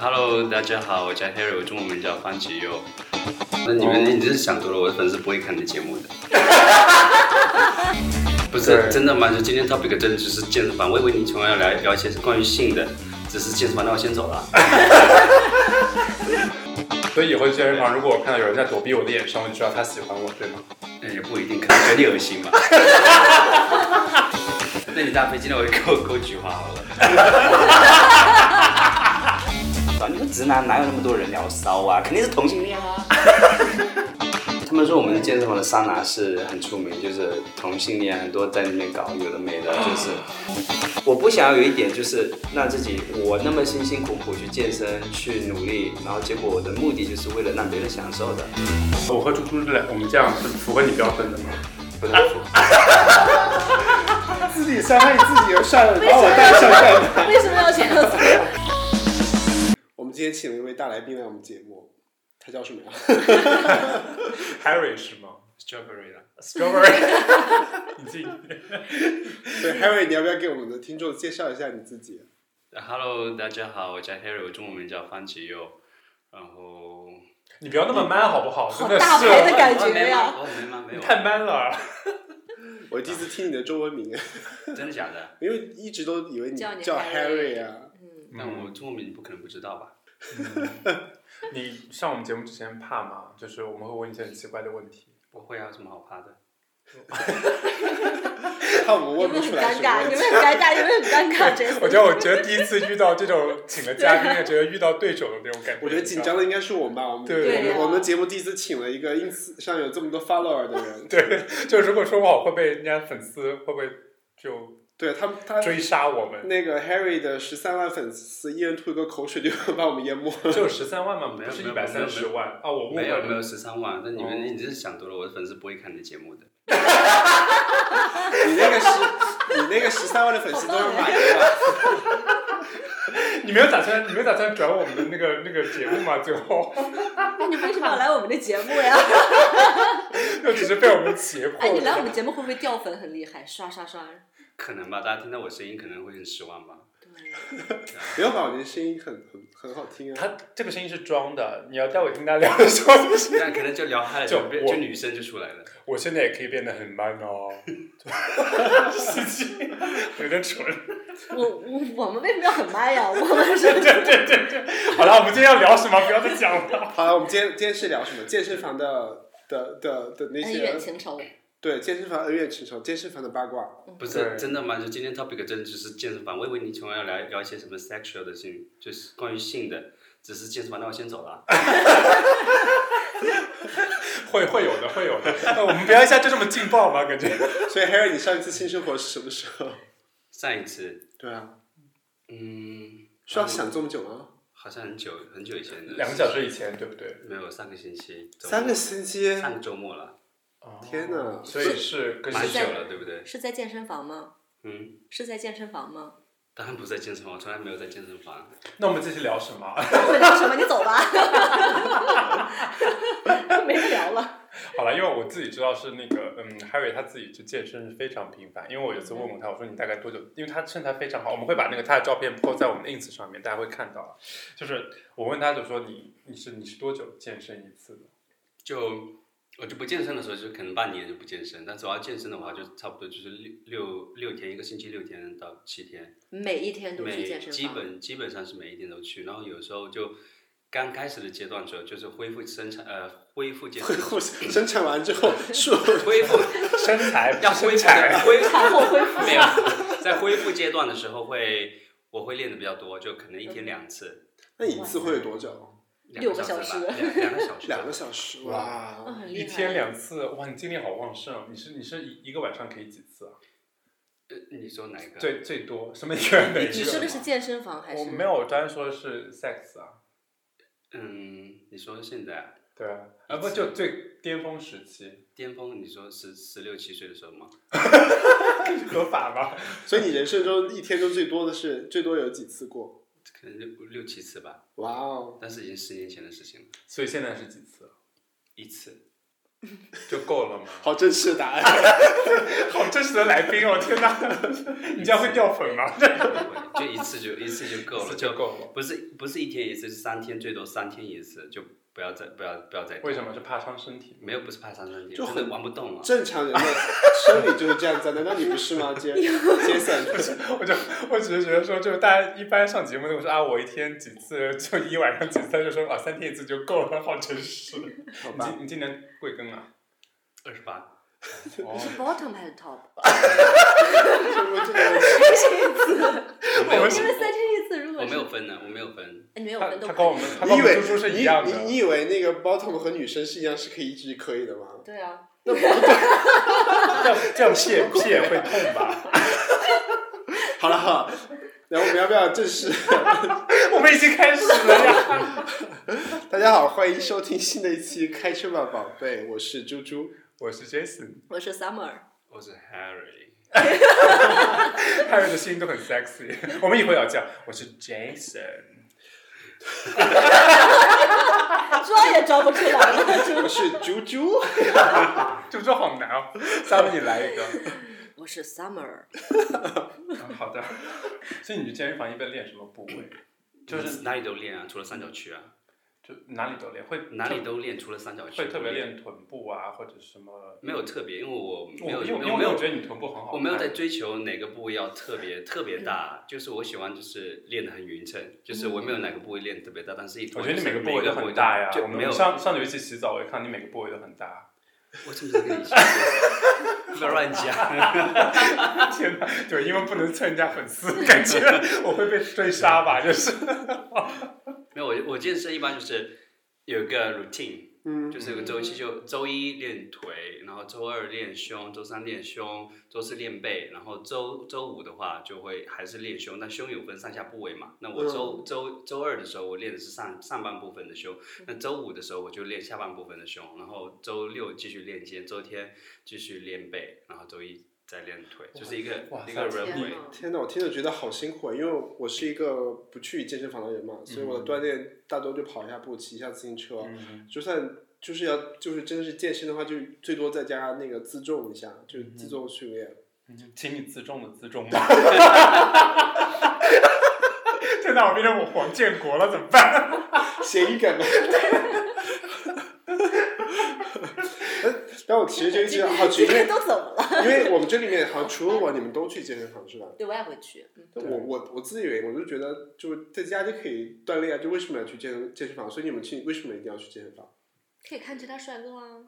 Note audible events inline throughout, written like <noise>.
Hello，大家好，我叫 Harry，我中文名叫方启佑。那你们，你这是想多了，我的粉丝不会看你节目的。不是对真的吗？就今天 topic 真的只是健身房，我以为你从要聊聊一些是关于性的，只是健身房，那我先走了。所以以后去健身房，如果我看到有人在躲避我的眼神，我就知道他喜欢我，对吗？那也不一定，可能觉得你恶心吧。 <laughs> 那你大飞今天我就给我 <laughs> 给我菊花好了。啊 <laughs> 你们直男哪有那么多人聊骚啊？肯定是同性恋啊。他们说我们的健身房的桑拿是很出名，就是同性恋很多在那边搞，有的没 <laughs> 的，就是。我不想要有一点就是让自己我那么辛辛苦苦去健身去努力，然后结果我的目的就是为了让别人享受的，我和猪猪这两，我们这样是符合你标准的吗？不是很符合。自己伤害自己又算了，把我带上 <laughs> 干嘛？ <laughs> 为什么要这样子？我们今天请了一位大来宾来我们节目，他叫什么呀？ Harry 是吗？Strawberry 啦，Strawberry，你自己 <laughs> 对，Harry，你要不要给我们的听众介绍一下你自己？ Hello，大家好，我叫 Harry，我中文名叫方启佑，然后你不要那么 man 好不好？真的大牌的是 <laughs> 感觉呀！哦没吗？没有，太 man 了。我第一次听你的中文名，真的假的？ <laughs> 因为一直都以为你叫你叫 Harry Harry 啊。 <laughs> 嗯，但我中文名你不可能不知道吧？嗯 <laughs> 你上我们节目之前怕吗？就是我们会问一些很奇怪的问题。不会啊，有什么好怕的？看我们你问们不很出来尴什尬，么你问们题。很尴 <laughs> 尬，你们很尴尬，真 <laughs> 我觉得，我觉得第一次遇到这种请了嘉宾，也觉得遇到对手的那种感觉。我觉得紧张的应该是我们吧，我们对我对啊们我们节目第一次请了一个 ins 上有这么多 follower 的 <laughs> 人，对，就如果说不好会被人家粉丝会不会就对他他追杀我们？那个 Harry 的十三万粉丝，一人吐一个口水就把我们淹没 <laughs> 了。只有十三万吗？没有不是没一有百三十万啊！我误会没有没有了。十三万，那你们、你这是想多了，我的粉丝不会看你的节目的。你那个十，你 <laughs> 那个十三万的粉丝都是买的吧？你没有打算，你没有打算转我们的那个 <laughs> 那个节目吗？最后那你为什么要来我们的节目呀？又只是被我们胁迫 <laughs> 哎，你来我了。们节目会不会掉粉很厉害？刷刷刷！可能吧，大家听到我声音可能会很失望吧。 <laughs> 对，没有吧？我觉得声音很很很好听 <laughs> 啊。他这个声音是装的，你要带我听他聊的时候，就是但可能就聊嗨了，就就变我就女生就出来了。我现在也可以变得很 man <laughs> 哦，司机有点蠢。我我我们为什么要很慢呀？我们是对 <laughs> 对对对，好了，我们今天要聊什么？不要再讲了。好了，我们今天今天是聊什么？健身房的的的的那恩些怨情仇，对健身房恩怨情仇，健身房的八卦。嗯不对是真的吗？就今天 topic 真的只是健身房，我以为你从来要聊聊一些什么 sexual 的性，就是关于性的，只是健身房，那我先走了。啊 <laughs> 会会有的，会有的。呃 <laughs> 我们不要一下就这么劲爆吧，感觉。所以 Harry，你上一次性生活是什么时候？上一次，对啊，嗯，需要想这么久吗？好像很久很久以前的，两个小时以前，对不对？没有上个星期，周末三个星期，上个周末了，哦天哪！所以是跟蛮谁久在了，对不对？是在健身房吗？嗯，是在健身房吗？当然不在健身房，我从来没有在健身房。那我们这期聊什么？会聊什么？你走吧。 <laughs> 没得聊了。好了，因为我自己知道是那个，嗯，Harry 他自己就健身是非常频繁。因为我有一次问过他，我说你大概多久？因为他身材非常好，我们会把那个他的照片 po 在我们的 ins 上面，大家会看到。就是我问他，就说你你是你是多久健身一次的？就我就不健身的时候，就可能半年就不健身，但是我要健身的话，就差不多就是六六六天，一个星期六天到七天。每一天都去每健身基房。本基本上是每一天都去，然后有时候就刚开始的阶段的时候，就是恢复生产呃恢复健身，我生产完之后，术恢复身材要身恢复材的恢复产后 <laughs> 恢复。 <laughs> 没有在恢复阶段的时候会我会练的比较多，就可能一天两次，那一次会有多久？两六个个小小时吧，两两个 <laughs> 小时，两个小时嗯哇！很一厉害天两次，哇，你精力好旺盛！啊你是你是一一个晚上可以几次啊？呃你说哪一个？最最多什么一个人的一你个？说的是健身房还是？我没有，我刚才说的是 sex 啊，嗯，你说现在啊对啊，啊不就最巅峰时期 <laughs> 巅峰，你说十十六七岁的时候吗？合法吧？所以你人生中一天中最多的是最多有几次过？可能六六七次吧，哇哦！但是已经十年前的事情了，所以现在是几次？一次。 <laughs> 就够了吗？好真实的答案。 <laughs> 好真实的来宾哦！天哪，你这样会掉粉 <laughs> 吗？就一次就一次就够了，就就够了。不是不是一天一次，是三天最多三天一次，就不要再不要不要再为什么？就怕伤身体。没有不是怕伤身体，就很真的玩不动了。正常人的生理就是这样子，难道你不是吗？ <laughs> 杰杰森， <laughs> 我就我只是觉得说，就是大家一般上节目都说啊，我一天几次，就一晚上几次，他就说啊，三天一次就够了，好真 <laughs> 实。你好吧，今你今年贵庚啊？二十八，哦，是 bottom 还是 top？我我没有这个三天一次，<laughs> 因为三天一次，如我果没是有分呢，我没有分。哎你没有他分都他可以跟我们 <laughs> 他跟你以我们为猪猪是一样你的。你以为那个 bottom 和女生是一样是可以一直可以的吗？对啊，这样这样屁也屁也会痛吧？ <laughs> 好了好 <laughs> 了，然后我们要不要正式？我们已经开始了呀。 <laughs> 大家好，欢迎收听新的一期《开车吧宝贝》，我是猪猪。 <laughs> 我是 Jason， <laughs> 我是 summer，我是 Harry，还有的声音都很 sexy。我们以后要这样。我是 Jason，装也装不出来了。我是猪猪，猪猪好难哦。三文，你来一个。 <laughs> 我是 summer，啊好的。所以你去健身房一般练什么部位？就是哪里都练啊，除了三角区啊，就哪里都练，会哪里都练，除了三角区。会特别？练臀部啊，或者什么？没有特别，因为我我没因有为没有因没为我有觉得你臀部很好我看，没有在追求哪个部位要特 <laughs> 别特别大，就是我喜欢就是练得很匀称，就是我没有哪个部位练得特别大，但是我觉得你每每个部部位都很大呀。就我们没有。上上有一期洗澡，我也看你每个部位都 <laughs> 很大。我是不是 <laughs> 跟你说过不要乱讲？天哪，对，因为不能蹭人家粉丝，感觉我会被追杀 <laughs> 吧，就是。没有，我我健身一般就是有一个 routine，嗯，就是有个周期，就周一练腿，然后周二练胸，周三练胸，周四练背，然后周周五的话就会还是练胸，但胸有分上下部位嘛。那我周周周二的时候我练的是上上半部分的胸，那周五的时候我就练下半部分的胸，然后周六继续练肩，周天继续练背，然后周一再练腿，就是一个哇哦一个塞天 runway。哪！天哪，我听着觉得好辛苦啊，因为我是一个不去健身房的人嘛，所以嗯我的锻炼大多就跑一下步、骑一下自行车，就算就是要就是真的是健身的话，就最多在家那个自重一下，就是嗯自重训练。请你自重的自重吧。 <laughs> 天哪，我变成我黄建国了，怎么办？谐音梗吗？但我其实就一直好奇，今因为天都怎么了？因为我们这里面好像除了我，你们都去健身房是吧？对，我也会去。嗯但我我我自以为我就觉得就是在家就可以锻炼啊，就为什么要去健身健身房？所以你们去为什么一定要去健身房？可以看其他帅哥啊，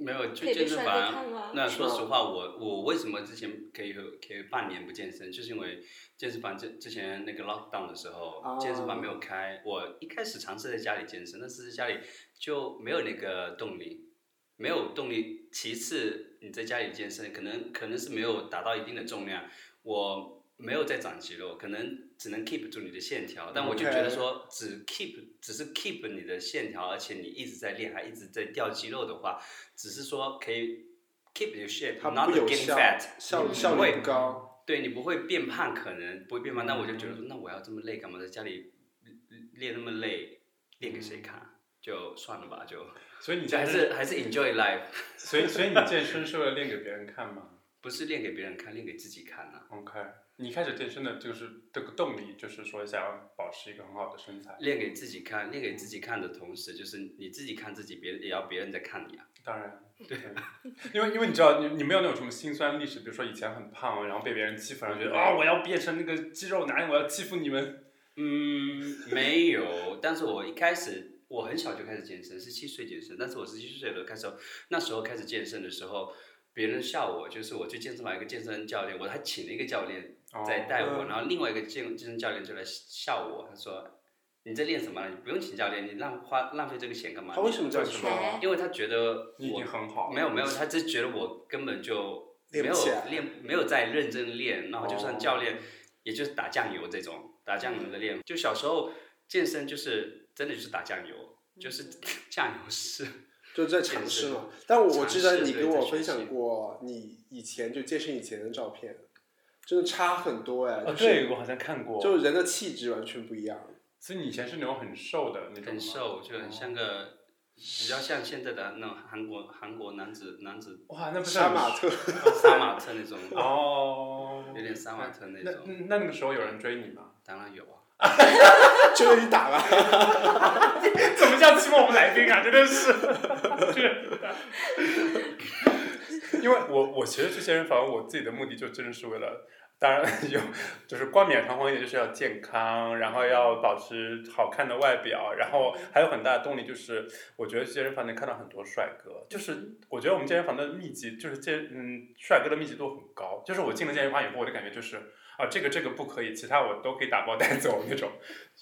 没有可去以被健身帅哥看房。 <laughs> 啊。那嗯说实话，我我为什么之前可以可以半年不健身，就是因为健身房之之前那个 lockdown 的时候，哦健身房没有开。我一开始尝试在家里健身，但是在家里就没有那个动力，没有动力。其次，你在家里健身，可能可能是没有达到一定的重量，我没有在长肌肉，可能只能 keep 住你的线条。但我就 OK 觉得说，只 keep 只是 keep 你的线条，而且你一直在练，还一直在掉肌肉的话，只是说可以 keep your shape，它 not 不有 getting 效 fat，，效嗯效率不高。嗯对你不会变胖，可能不会变胖。但我就觉得说，那我要这么累干嘛？在家里练那么累，练给谁嗯看？就算了吧， <laughs> 就所以你就还健是身，还是 enjoy life，所以所以你健身是为了练给别人看吗不是练给别人看，练给自己看啊。 ？OK，你一开始健身的就是这个动力，就是说想要保持一个很好的身材。练给自己看，练给自己看的同时，就是你自己看自己，别人也要别人在看你啊。当然，对，因为因为你知道，你你没有那种什么辛酸历史，比如说以前很胖，然后被别人欺负，然后觉得啊、我要变成那个肌肉男，我要欺负你们。嗯， <laughs> 没有，但是我一开始我很小就开始健身，十七岁健身，但是我十七岁的时候开始，那时候开始健身的时候，别人笑我，就是我去健身房一个健身教练，我还请了一个教练哦在带我，嗯然后另外一个健健身教练就来笑我，他说你在练什么？你不用请教练，你浪花浪费这个钱干嘛？他为什么这样为什说么？哎因为他觉得你已经我很好了。没有没有，他只觉得我根本就没练有不起来练，没有在认真练，然后就算哦教练，也就是打酱油这种打酱油的练。就小时候健身就是真的就是打酱油， <laughs> 就是酱油是就在尝试嘛。但我我记尝得试你对给我在学分享习过你以前就健身以前的照片，真的差很多哎，哦，就是对，我好像看过。就是人的气质完全不一样。所以你以前是那种很瘦的那种吗很瘦，就很像个比较像现在的那种韩国韩国男子男 <laughs> 子哇，那不是杀很马特， <laughs> 杀马特那种，哦， <laughs> 有点杀马特那那种，那那个时候有人追你吗？ <laughs> 当然有啊，就你打吧。怎么这样欺负我们来宾啊？真的是， <laughs> 是 <laughs> 因为我我其实去健身房，我自己的目的就真的是为了，当然有就是冠冕堂皇一点，就是要健康，然后要保持好看的外表，然后还有很大的动力就是，我觉得去健身房能看到很多帅哥，就是我觉得我们健身房的密集就是健嗯帅哥的密集度很高，就是我进了健身房以后，我的感觉就是啊这个这个不可以，其他我都可以打包带走那种。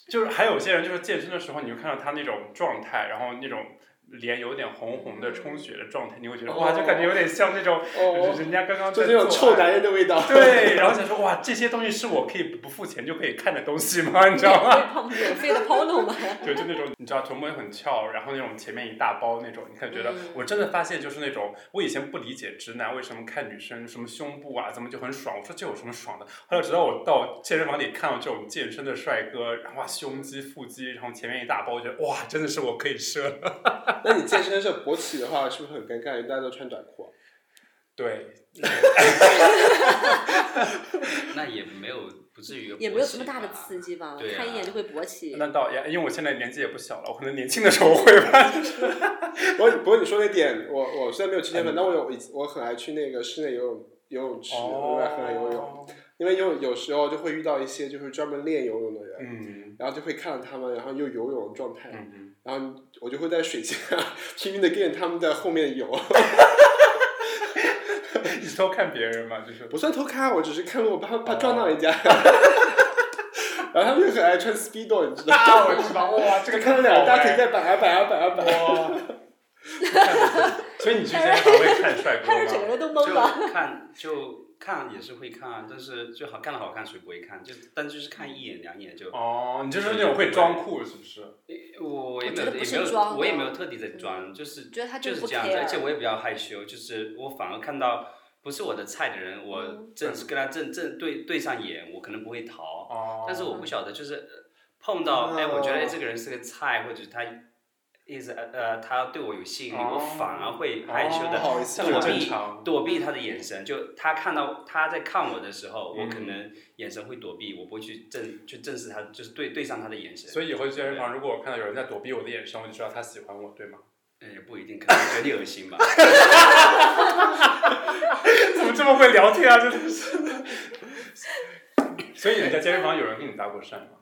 就是还有些人就是健身的时候，你会看到他那种状态，然后那种脸有点红红的充血的状态，你会觉得哇，就感觉有点像那种哦，人家刚刚 <laughs> 就在那种做臭爱男人的味道。对，然后想说哇，这些东西是我可以不付钱就可以看的东西吗？你知道吗？吗？免费的 polo 嘛， <laughs> 对，就那种你知道臀部也很翘，然后那种前面一大包那种，你看觉得嗯我真的发现就是那种我以前不理解直男为什么看女生什么胸部啊，怎么就很爽，我说这有什么爽的？后来直到我到健身房里看到这种健身的帅哥，然后哇胸肌、腹肌，然后前面一大包，我觉得哇真的是我可以射了。 <laughs> 那你健身的时候勃起的话，是不是很尴尬？因为大家都穿短裤啊。 <laughs> 对，那也没有不至于也没有什么大的刺激，激吧，对啊看一眼就会勃起。那倒哎也因为我现在年纪也不小了，我可能年轻的时候会吧。不过不过你说那点，我我虽然没有去健身房，但我有我很爱去那个室内游泳游泳池，我很爱很爱游泳，哦，因为有有时候就会遇到一些就是专门练游泳的人，嗯然后就会看到他们，然后又游泳的状态，嗯，然后我就会在水下 <laughs> 拼命的跟着他们在后面游， <laughs> 你偷看别人嘛，就是不算偷看，啊我只是看路，我怕怕撞到人家。 <laughs> 然后他们就很爱穿 speedo，你知道吗？ <laughs> 啊，我知道， <laughs> 哇，这就个看到两个大腿在。在摆啊摆啊摆啊摆啊。哇！ <laughs> 所以你之前还会看帅他是整个哥 <laughs> 吗？人都懵了。就看就看也是会看啊，但是就好看的好看谁不会看，就但就是看一眼两眼就，嗯哦，你就是那种会装酷是不是？诶我也我没觉有得不也是没有装我也的没有特地在装，就是觉得他就是不这样子，而 care，且我也比较害羞，就是我反而看到不是我的菜的人，我嗯正跟他正正对对上眼，我可能不会逃，哦，但是我不晓得就是呃碰到哎，我觉得哎哦这个人是个菜，或者他一直呃呃他对我有吸引力，我哦反而会害羞哦的好像很躲正避常躲避他的眼神，就他看到他在看我的时候，我嗯可能眼神会躲避，我不会去正去正视他，就是对对上他的眼神。所以以后去健身房，如果我看到有人在躲避我的眼神，我就知道他喜欢我，对吗？哎，不一定，可能觉得你恶心吧。 <laughs> <laughs> 怎么这么会聊天啊？真的是。 <laughs> 所以你在健身房有人跟你搭过讪吗？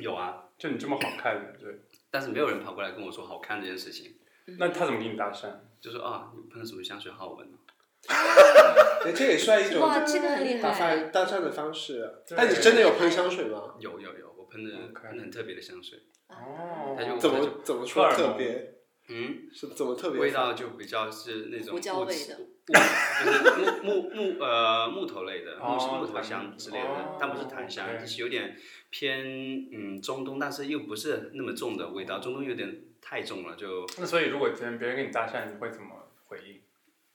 有啊，就你这么好看，对，但是没有人跑过来跟我说好看这件事情。那他怎么给你搭讪？就说啊，你喷了什么香水好闻哦呢？哎，这也算一种哇，这个很厉搭害。讪搭讪的方式。对但你真的有喷香水吗？有有有，我喷的 OK 喷的很特别的香水，啊哦他就怎么怎么说特别？嗯，是怎么特别？味道就比较是那种胡椒木味的就是木木木呃木头类的木哦木头香之类哦的，但不是檀香， OK 就是有点偏嗯中东，但是又不是那么重的味道，中东有点太重了，就那所以如果今天别人跟你搭讪，你会怎么回应？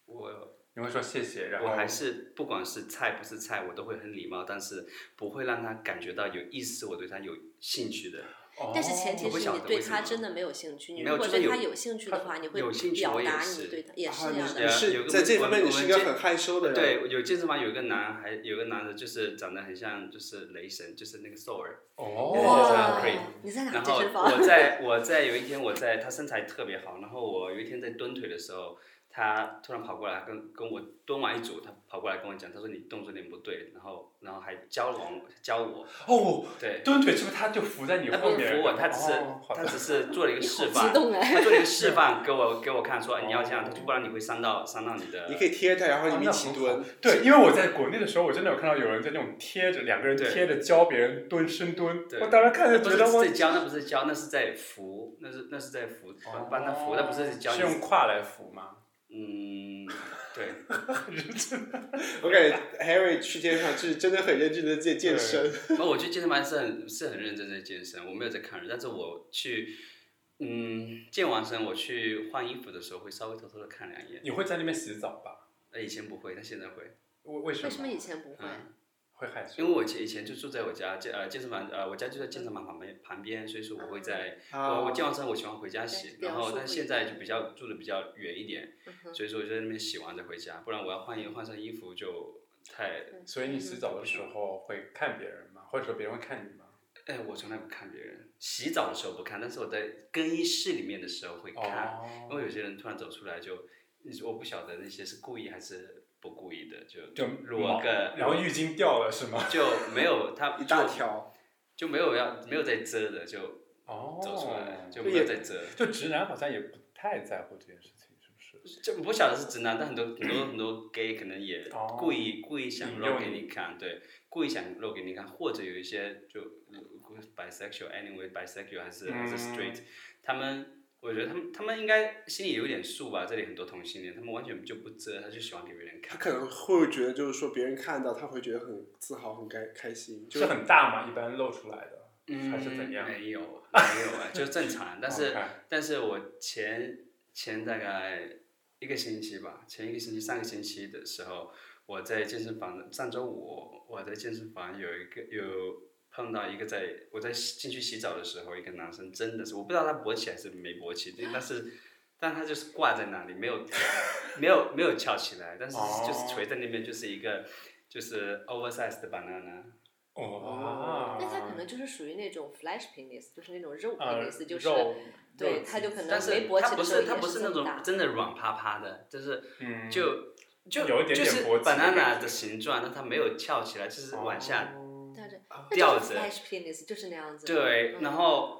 我你会说谢谢，然后我还是不管是菜不是菜，我都会很礼貌，但是不会让他感觉到有意思，我对他有兴趣的。哦，但是前提我不是晓你得对为什他么真的没有兴趣，你没有如果就是对他有有兴趣的话，你会有兴趣我表也达是你对他也啊是这样你的。有是个在这我方面你我是们一个见很害羞的人。对，有健身房有一个男孩，有个男的，就是长得很像，就是雷神，就是那个兽耳。哦哇哇，对你在哪然 <laughs> 健后身房？我在我在有一天我在他身材特别好，然后我有一天在蹲腿的时候，他突然跑过来跟跟我蹲完一组，他跑过来跟我讲，他说你动作有点不对，然后然后还教我教我，哦，对，蹲腿是不是他就伏在你他后不是面？扶我，他只是、哦好他的只是做 <laughs> 了一个示激范，动他哎！做了一个 <laughs> 示范给我给我看说哎你要这样，哦他说不然你会伤到伤到你的。你可以贴着，然后你们一起啊那很蹲好。对，因为我在国内的时候，我真的有看到有人在那种贴着两个人对贴着教别人蹲深蹲，对我当时看着不觉是得我在教，那不是教，那是在扶，那是那是在扶，帮帮他扶，那不是在教哦是你用胯来扶吗？嗯，对，我感觉 Harry 去健身房就是真的很认真的在健身。那我去健身房是很是很认真在健身，我没有在看人，但是我去，嗯，健完身我去换衣服的时候会稍微偷偷的看两眼，呃你会在那边洗澡吧？那以前不会，但现在会，为为什么？为什么以前不会？嗯，会害羞因为我以前以前就住在我家健呃健身房呃我家就在健身房旁边旁边，所以说我会在、啊啊我我健完身我喜欢回家洗，对然后比较但舒服现一在点嗯就比较住的比较远一点，所以说我就在那边洗完再回家，不然我要换衣换上衣服就太嗯所以你洗澡的时候会看别人吗？或者说别人会看你吗？哎我从来不看别人，洗澡的时候不看，但是我在更衣室里面的时候会看，因哦，为有些人突然走出来就，我不晓得那些是故意还是不故意的，就就裸个然后浴巾掉了是 <laughs> 吗？就没有他一大就条，就没有要没有在遮的就哦，走出来、就没有在遮。就直男好像也不太在乎这件事情，是不是？就我不晓得是直男，但很多很多很多 gay 可能也哦故意故意想引露诱给你你看，对，故意想露给你看，或者有一些就呃 bisexual，anyway bisexual 还是还是嗯 straight，他们我觉得他们他们应该心里有点数吧，这里很多同性恋，他们完全就不遮，他就喜欢给别人他看。可能会觉得就是说别人看到他会觉得很自豪、很开开心，就是很大嘛，一般露出来的，嗯，还是怎样？哦没有，没有啊，就正常。但是 OK 但是我前前大概一个星期吧，前一个星期、上个星期的时候，我在健身房的上周五，我在健身房有一个有碰到一个在我在洗进去洗澡的时候，一个男生真的是我不知道他勃起还是没勃起，但是但他就是挂在那里，没有 <laughs> 没有没有翘起来，但是哦就是垂在那边，就是一个就是 oversize 的 banana。哦那他可能就是属于那种 flash penis，就是那种肉啊呃 penis，就是肉对，肉他就可能但是没勃它起不的时候是也它不是那这么种大。真的软趴趴的，就是嗯就就有一点点就是勃起的感 banana 觉的形状，但它没有翘起来，就是往下哦对对，那啊吊就是着。 flash penis 就是那样子的。对，嗯然后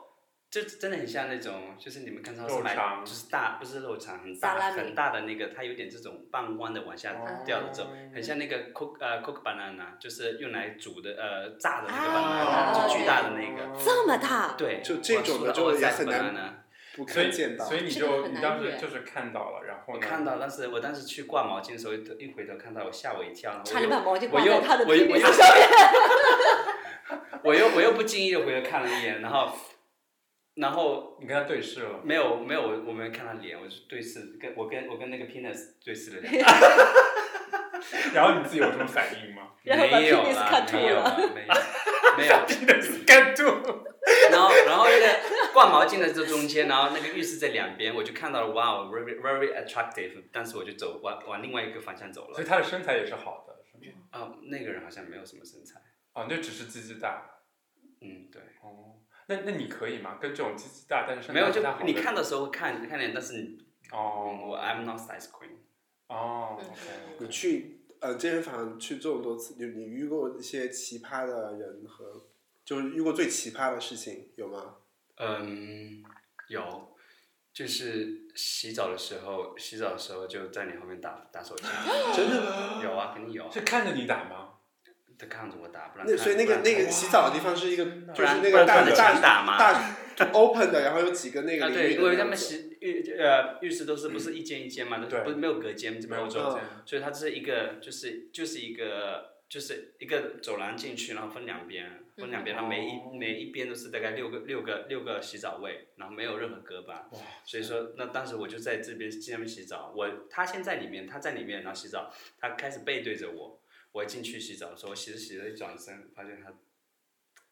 就真的很像那种，就是你们看超市肉买肠，就是大不是肉肠，很萨大拉米很大的那个，它有点这种半弯的往下哦掉的这种，嗯很像那个 cook 呃 cook banana，就是用来煮的呃炸的那个啊 banana，就巨大的那个。这么大，对，就这种的我就说也 oversize 很难 banana 不所以看见到。所以你这个就很你难当时约就是看到了，然后我嗯呢？看到，但是我当时去挂毛巾的时候，一回头看到我吓我一跳，然后差点把毛巾我挂又在他的我又我 penis 又上面。 <laughs> 我又我又不经意的回头看了一眼，然后然后你跟他对视了，没有没有我我没有看他脸，我就对视跟我跟我跟那个 penis 对视了两眼，然后你自己有什么反应吗？ <laughs> 没有啦 <laughs> 然后把没有 penis 看啦吐没有了没有，干住。然后然后那个挂毛巾的这中间，然后那个浴室在两边，我就看到了哇哦 very very attractive，但是我就走往往另外一个方向走 <laughs> 所了以。他的身材也是好的，是吗？啊、那个人好像没有什么身材，哦，那只是鸡鸡大。嗯对。哦，那那你可以吗？跟这种鸡鸡大但是身没材有，不就太好的你看的时候看看脸，但是你哦我 I'm not size queen。哦嗯你 OK，去呃健身房去这么多次，你你遇过一些奇葩的人和，就是遇过最奇葩的事情有吗？嗯，有，就是洗澡的时候，洗澡的时候就在你后面打打手枪。真的吗？有啊，肯定有啊。是看着你打吗？他看着我打，不然那看所以那个不然那个洗澡的地方是一个，不就是然那不个然大看着的墙大打嘛。啊，大 open 的，然后有几个那个淋对，浴因的为他那们种。洗浴呃浴室都是不是一间一间嘛，对不是没有隔间，这没边有欧洲中嗯间。所以它这是一个就是就是一个就是一个走廊进去，然后分两边，分嗯两边，然后每哦一每一边都是大概六个六个六个洗澡位，然后没有任何隔板哇。所以说，那当时我就在这边进那边洗澡，我他先在里面，他在里面，然后洗澡，他开始背对着我，我进去洗澡的时候，我洗着洗着一转身，发现他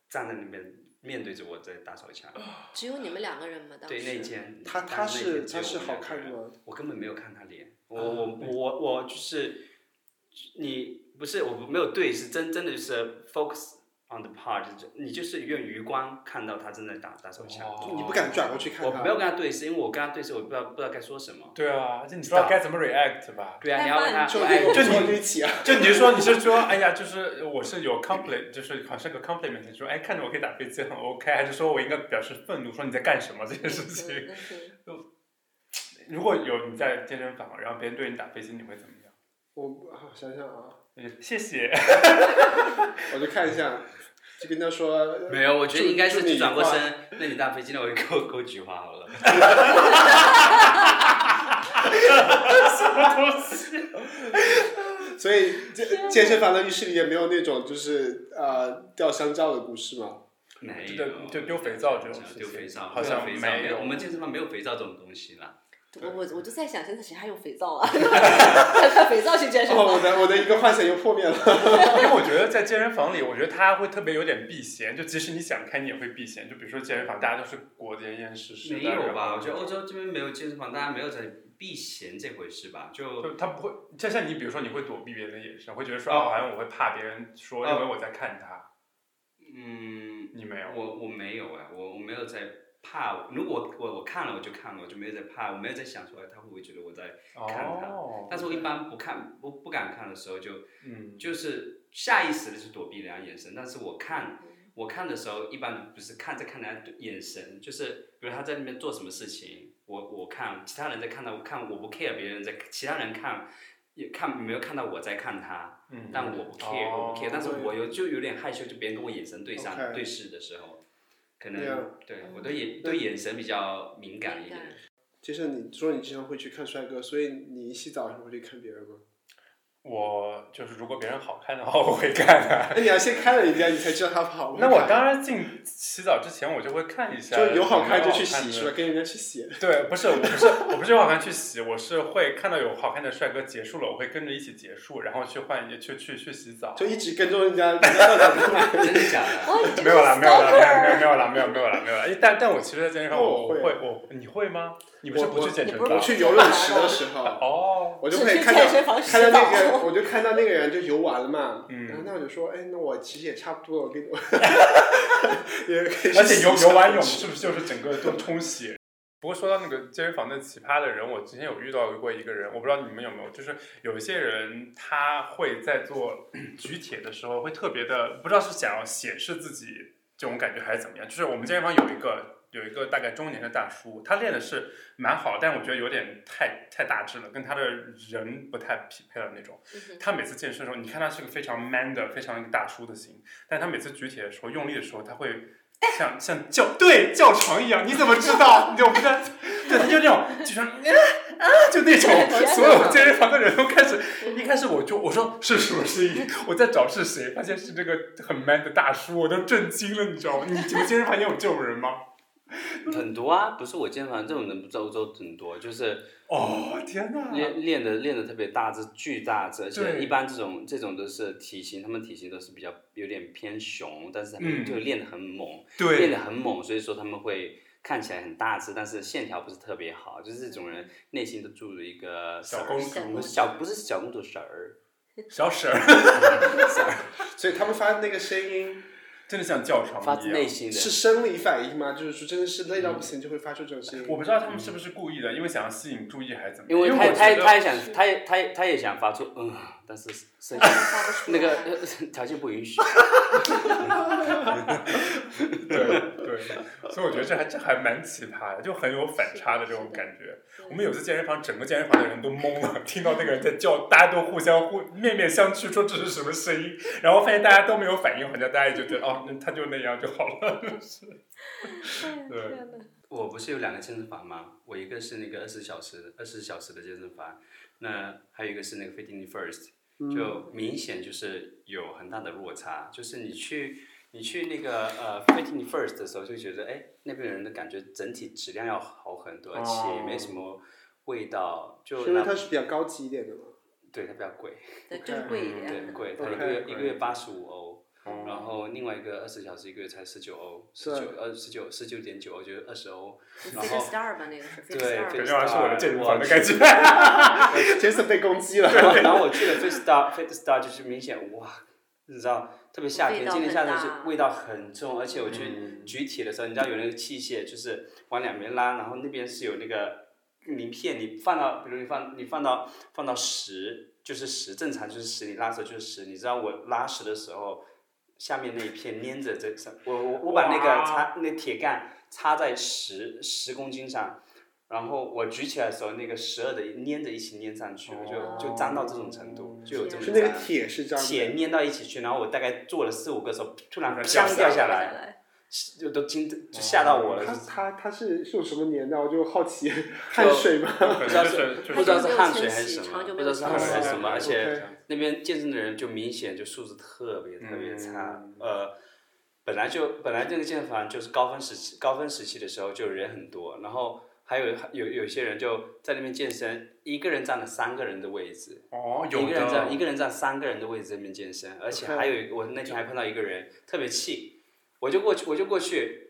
站在那边面对着我在打手枪。只有你们两个人吗？当时对那间，哦他他他是他他是好看的吗？我根本没有看他脸，啊我我我我就是，你不是我没有对，是真真的就是 focus on the part，就是你就是用余光看到他正在打打手枪，哦你不敢转过去看我他？没有跟他对视，因为我跟他对视，我不知道不知道该说什么。对啊，就你不知道该怎么 <laughs> react 吧？对啊，太你要问他，慢就哎那个就我你们坐一起啊，就你就说你是说，哎呀，就是我是有 compliment，就是好像个 compliment，你说哎，看着我可以打飞机很 OK，还是说我应该表示愤怒，说你在干什么这件事情？嗯嗯如果有你在健身房，然后别人对你打飞机，你会怎么样？我啊想想啊，你就谢谢。我就看一下，就跟他说，没有，我觉得应该是祝你你转过愉快身，那你大飞机，那我就给我给我菊花好了。所以健健身房的浴室里也没有那种就是呃掉香蕉的故事嘛。没就有，就丢肥皂这种事情丢肥皂，好像没有肥皂没有我们健身房没有肥皂这种东西啦。我我我就在想，现在谁还用肥皂啊？ <laughs> 带肥皂去健身 <laughs> 哦，我房，的我的一个幻想又破灭 <laughs> 了。因为我觉得在健身房里，我觉得它会特别有点避嫌，就即使你想开，你也会避嫌。就比如说健身房，大家都是裹得严严实实的，没有然吧？后我觉得欧洲这边没有健身房，大家没有在避嫌这回事吧？就就他不会，就像你，比如说你会躲避别人的眼神，会觉得说哦哦，好像我会怕别人说哦认为我在看他，嗯，你没有。我我没有哎、我我没有在怕。如果我我看了我就看了，我就没有在怕，我没有在想说哎他会不会觉得我在。看他哦，但是我一般不看，不不敢看的时候就嗯，就是下意识的去躲避人家眼神，但是我看嗯我看的时候，一般不是看在看人家眼神，就是比如他在那边做什么事情，我我看其他人在看到看，我不 care 别人在其他人看也看没有看到我在看他，嗯但我不 care、我哦不 care，但是我有就有点害羞，就别人跟我眼神对上 OK 对视的时候，可能 Yeah 对我对眼对眼神比较敏感一点。其实你说你经常会去看帅哥，所以你一洗澡的时候会去看别人吗？我就是如果别人好看的话，我会看的。哎那你要先看了人家，你才知道他好不好看。那我当然进洗澡之前，我就会看一下，就有好看就去有没有好看洗的是吧？跟人家去洗。对，不是，我不是， <laughs> 我不是有好看去洗，我是会看到有好看的帅哥结束了，我会跟着一起结束，然后去换去去去洗澡。就一直跟踪人家，那 <laughs> 真的假的？哦，你这 <laughs> 没有个啦，是没有啦，没有 stalker，没有啦，没有没有啦，没有啦。但但我其实，在健身房，那我我会会我你会吗？ <laughs> 你不是我不去我健身你不房我？去游泳池的时 <laughs> 候，哦，我就只会去看健身到房洗看到那澡个，我就看到那个人就游完了嘛，嗯然后那我就说，哎，那我其实也差不多了，<laughs> 我跟你，也可以去而且游洗澡游完泳是不是就是整个都冲洗？不过说到那个健身房的奇葩的人，我之前有遇到过一个人，我不知道你们有没有，就是有一些人他会在做 <clears throat> 举铁的时候会特别的，不知道是想要显示自己这种感觉还是怎么样。就是我们健身房有一个有一个大概中年的大叔，他练的是蛮好，但我觉得有点太太大只了，跟他的人不太匹配了那种。嗯他每次健身的时候，你看他是个非常 man 的、非常一个大叔的型，但他每次举铁的时候、用力的时候，他会 <laughs> 像像叫对叫床一样。你怎么知道？ <laughs> 你我不知道，对，他就那种就是啊啊，就那种，所有健身房的人都开始。一开始我就我说是什么声音， <laughs> 我在找是谁，发现是那个很 man 的大叔，我都震惊了，你知道吗？你你们健身房也有这种人吗？ <laughs> 很多啊，不是我健身房这种人，不是欧洲很多，就是哦，天哪！练练的练的特别大只，巨大只，而且对一般这种这种都是体型，他们体型都是比较有点偏熊，但是他嗯们就练得很猛，练对得很猛，所以说他们会看起来很大只，但是线条不是特别好，就是这种人内心都住着一个小公神儿主不是小不是小公主神儿，小婶儿所以他们发那个声音真的像叫床发一自样内。心的。是生理反应吗？就是说真的是累到不行就会发出这种声我音。不知道他们是不是故意的，因为想要吸引注意还是怎么因样。为因他我也他觉也得他也想，他也他也他也想发出嗯，但是 <laughs> 声音发不出那个来呃条件不允许。对对，所以我觉得这还这还蛮奇葩的，就很有反差的这种感觉。我们有次健身房，整个健身房的人都懵了，听到那个人在叫，大家都互相互面面相觑，说这是什么声音，然后发现大家都没有反应，好像大家也就觉得哦，那他就那样就好了。对天哪我不是有两个健身房吗？我一个是那个二十小时二十小时的健身房，那还有一个是那个 Fitting First，就明显就是有很大的落差。就是你去你去那个呃 Fitting First 的时候，就觉得哎那边人的感觉整体质量要好很多，而且也没什么味道，就是因为那它是比较高级一点的嘛。对它比较贵，对，就是贵一点。嗯对贵，它一 OK，个月贵一个月八十五欧。哦然后另外一个二十小时一个月才十九欧，十九呃十九十九点九欧就是二十欧，然 Fitness 后 Star 吧，那个是对 Fitness Star 感觉好像是我的健身房的感觉。 Jason 被攻击了。然后然后我去了 Fit Star Fit Star 就是明显哇，你知道，特别夏味天，道今年夏天很大是味道很重，而且我去举铁的时候，你知道有那个器械，就是往两边拉，然后那边是有那个鳞片，你放到，比如你放你放到放到十，就是十，正常就是十，你拉手就是十，你知道我拉十的时候，下面那一片粘着这上，我我我把那哇个插那铁杆插在十十公斤上。然后我举起来的时候，那个十二的粘着一起粘上去，我哦就就脏到这种程度，就有这么是那个脏铁是这样铁的，粘到一起去，然后我大概做了四五个手，突然突然啪掉掉下下来来，就都惊，就吓到我了。它就是它它是是有什么粘的？我就好奇，汗水吗？可能 <laughs> 就是就是不知道是汗水长久没有还是什么，不知道清洗长久没有是汗水还是什么，清洗而且 OK 那边健身的人就明显就素质特别特别差嗯，呃，本来就本来这个健身房就是高峰时期高峰时期的时候就人很多，然后还有有有些人就在那边健身，一个人占了三个人的位置， <laughs> 哦，一有个人占一的，个人占三个人的位置在那边健身，而且 OK 还有一个我那天还碰到一个人特别气，我就过去我就过去，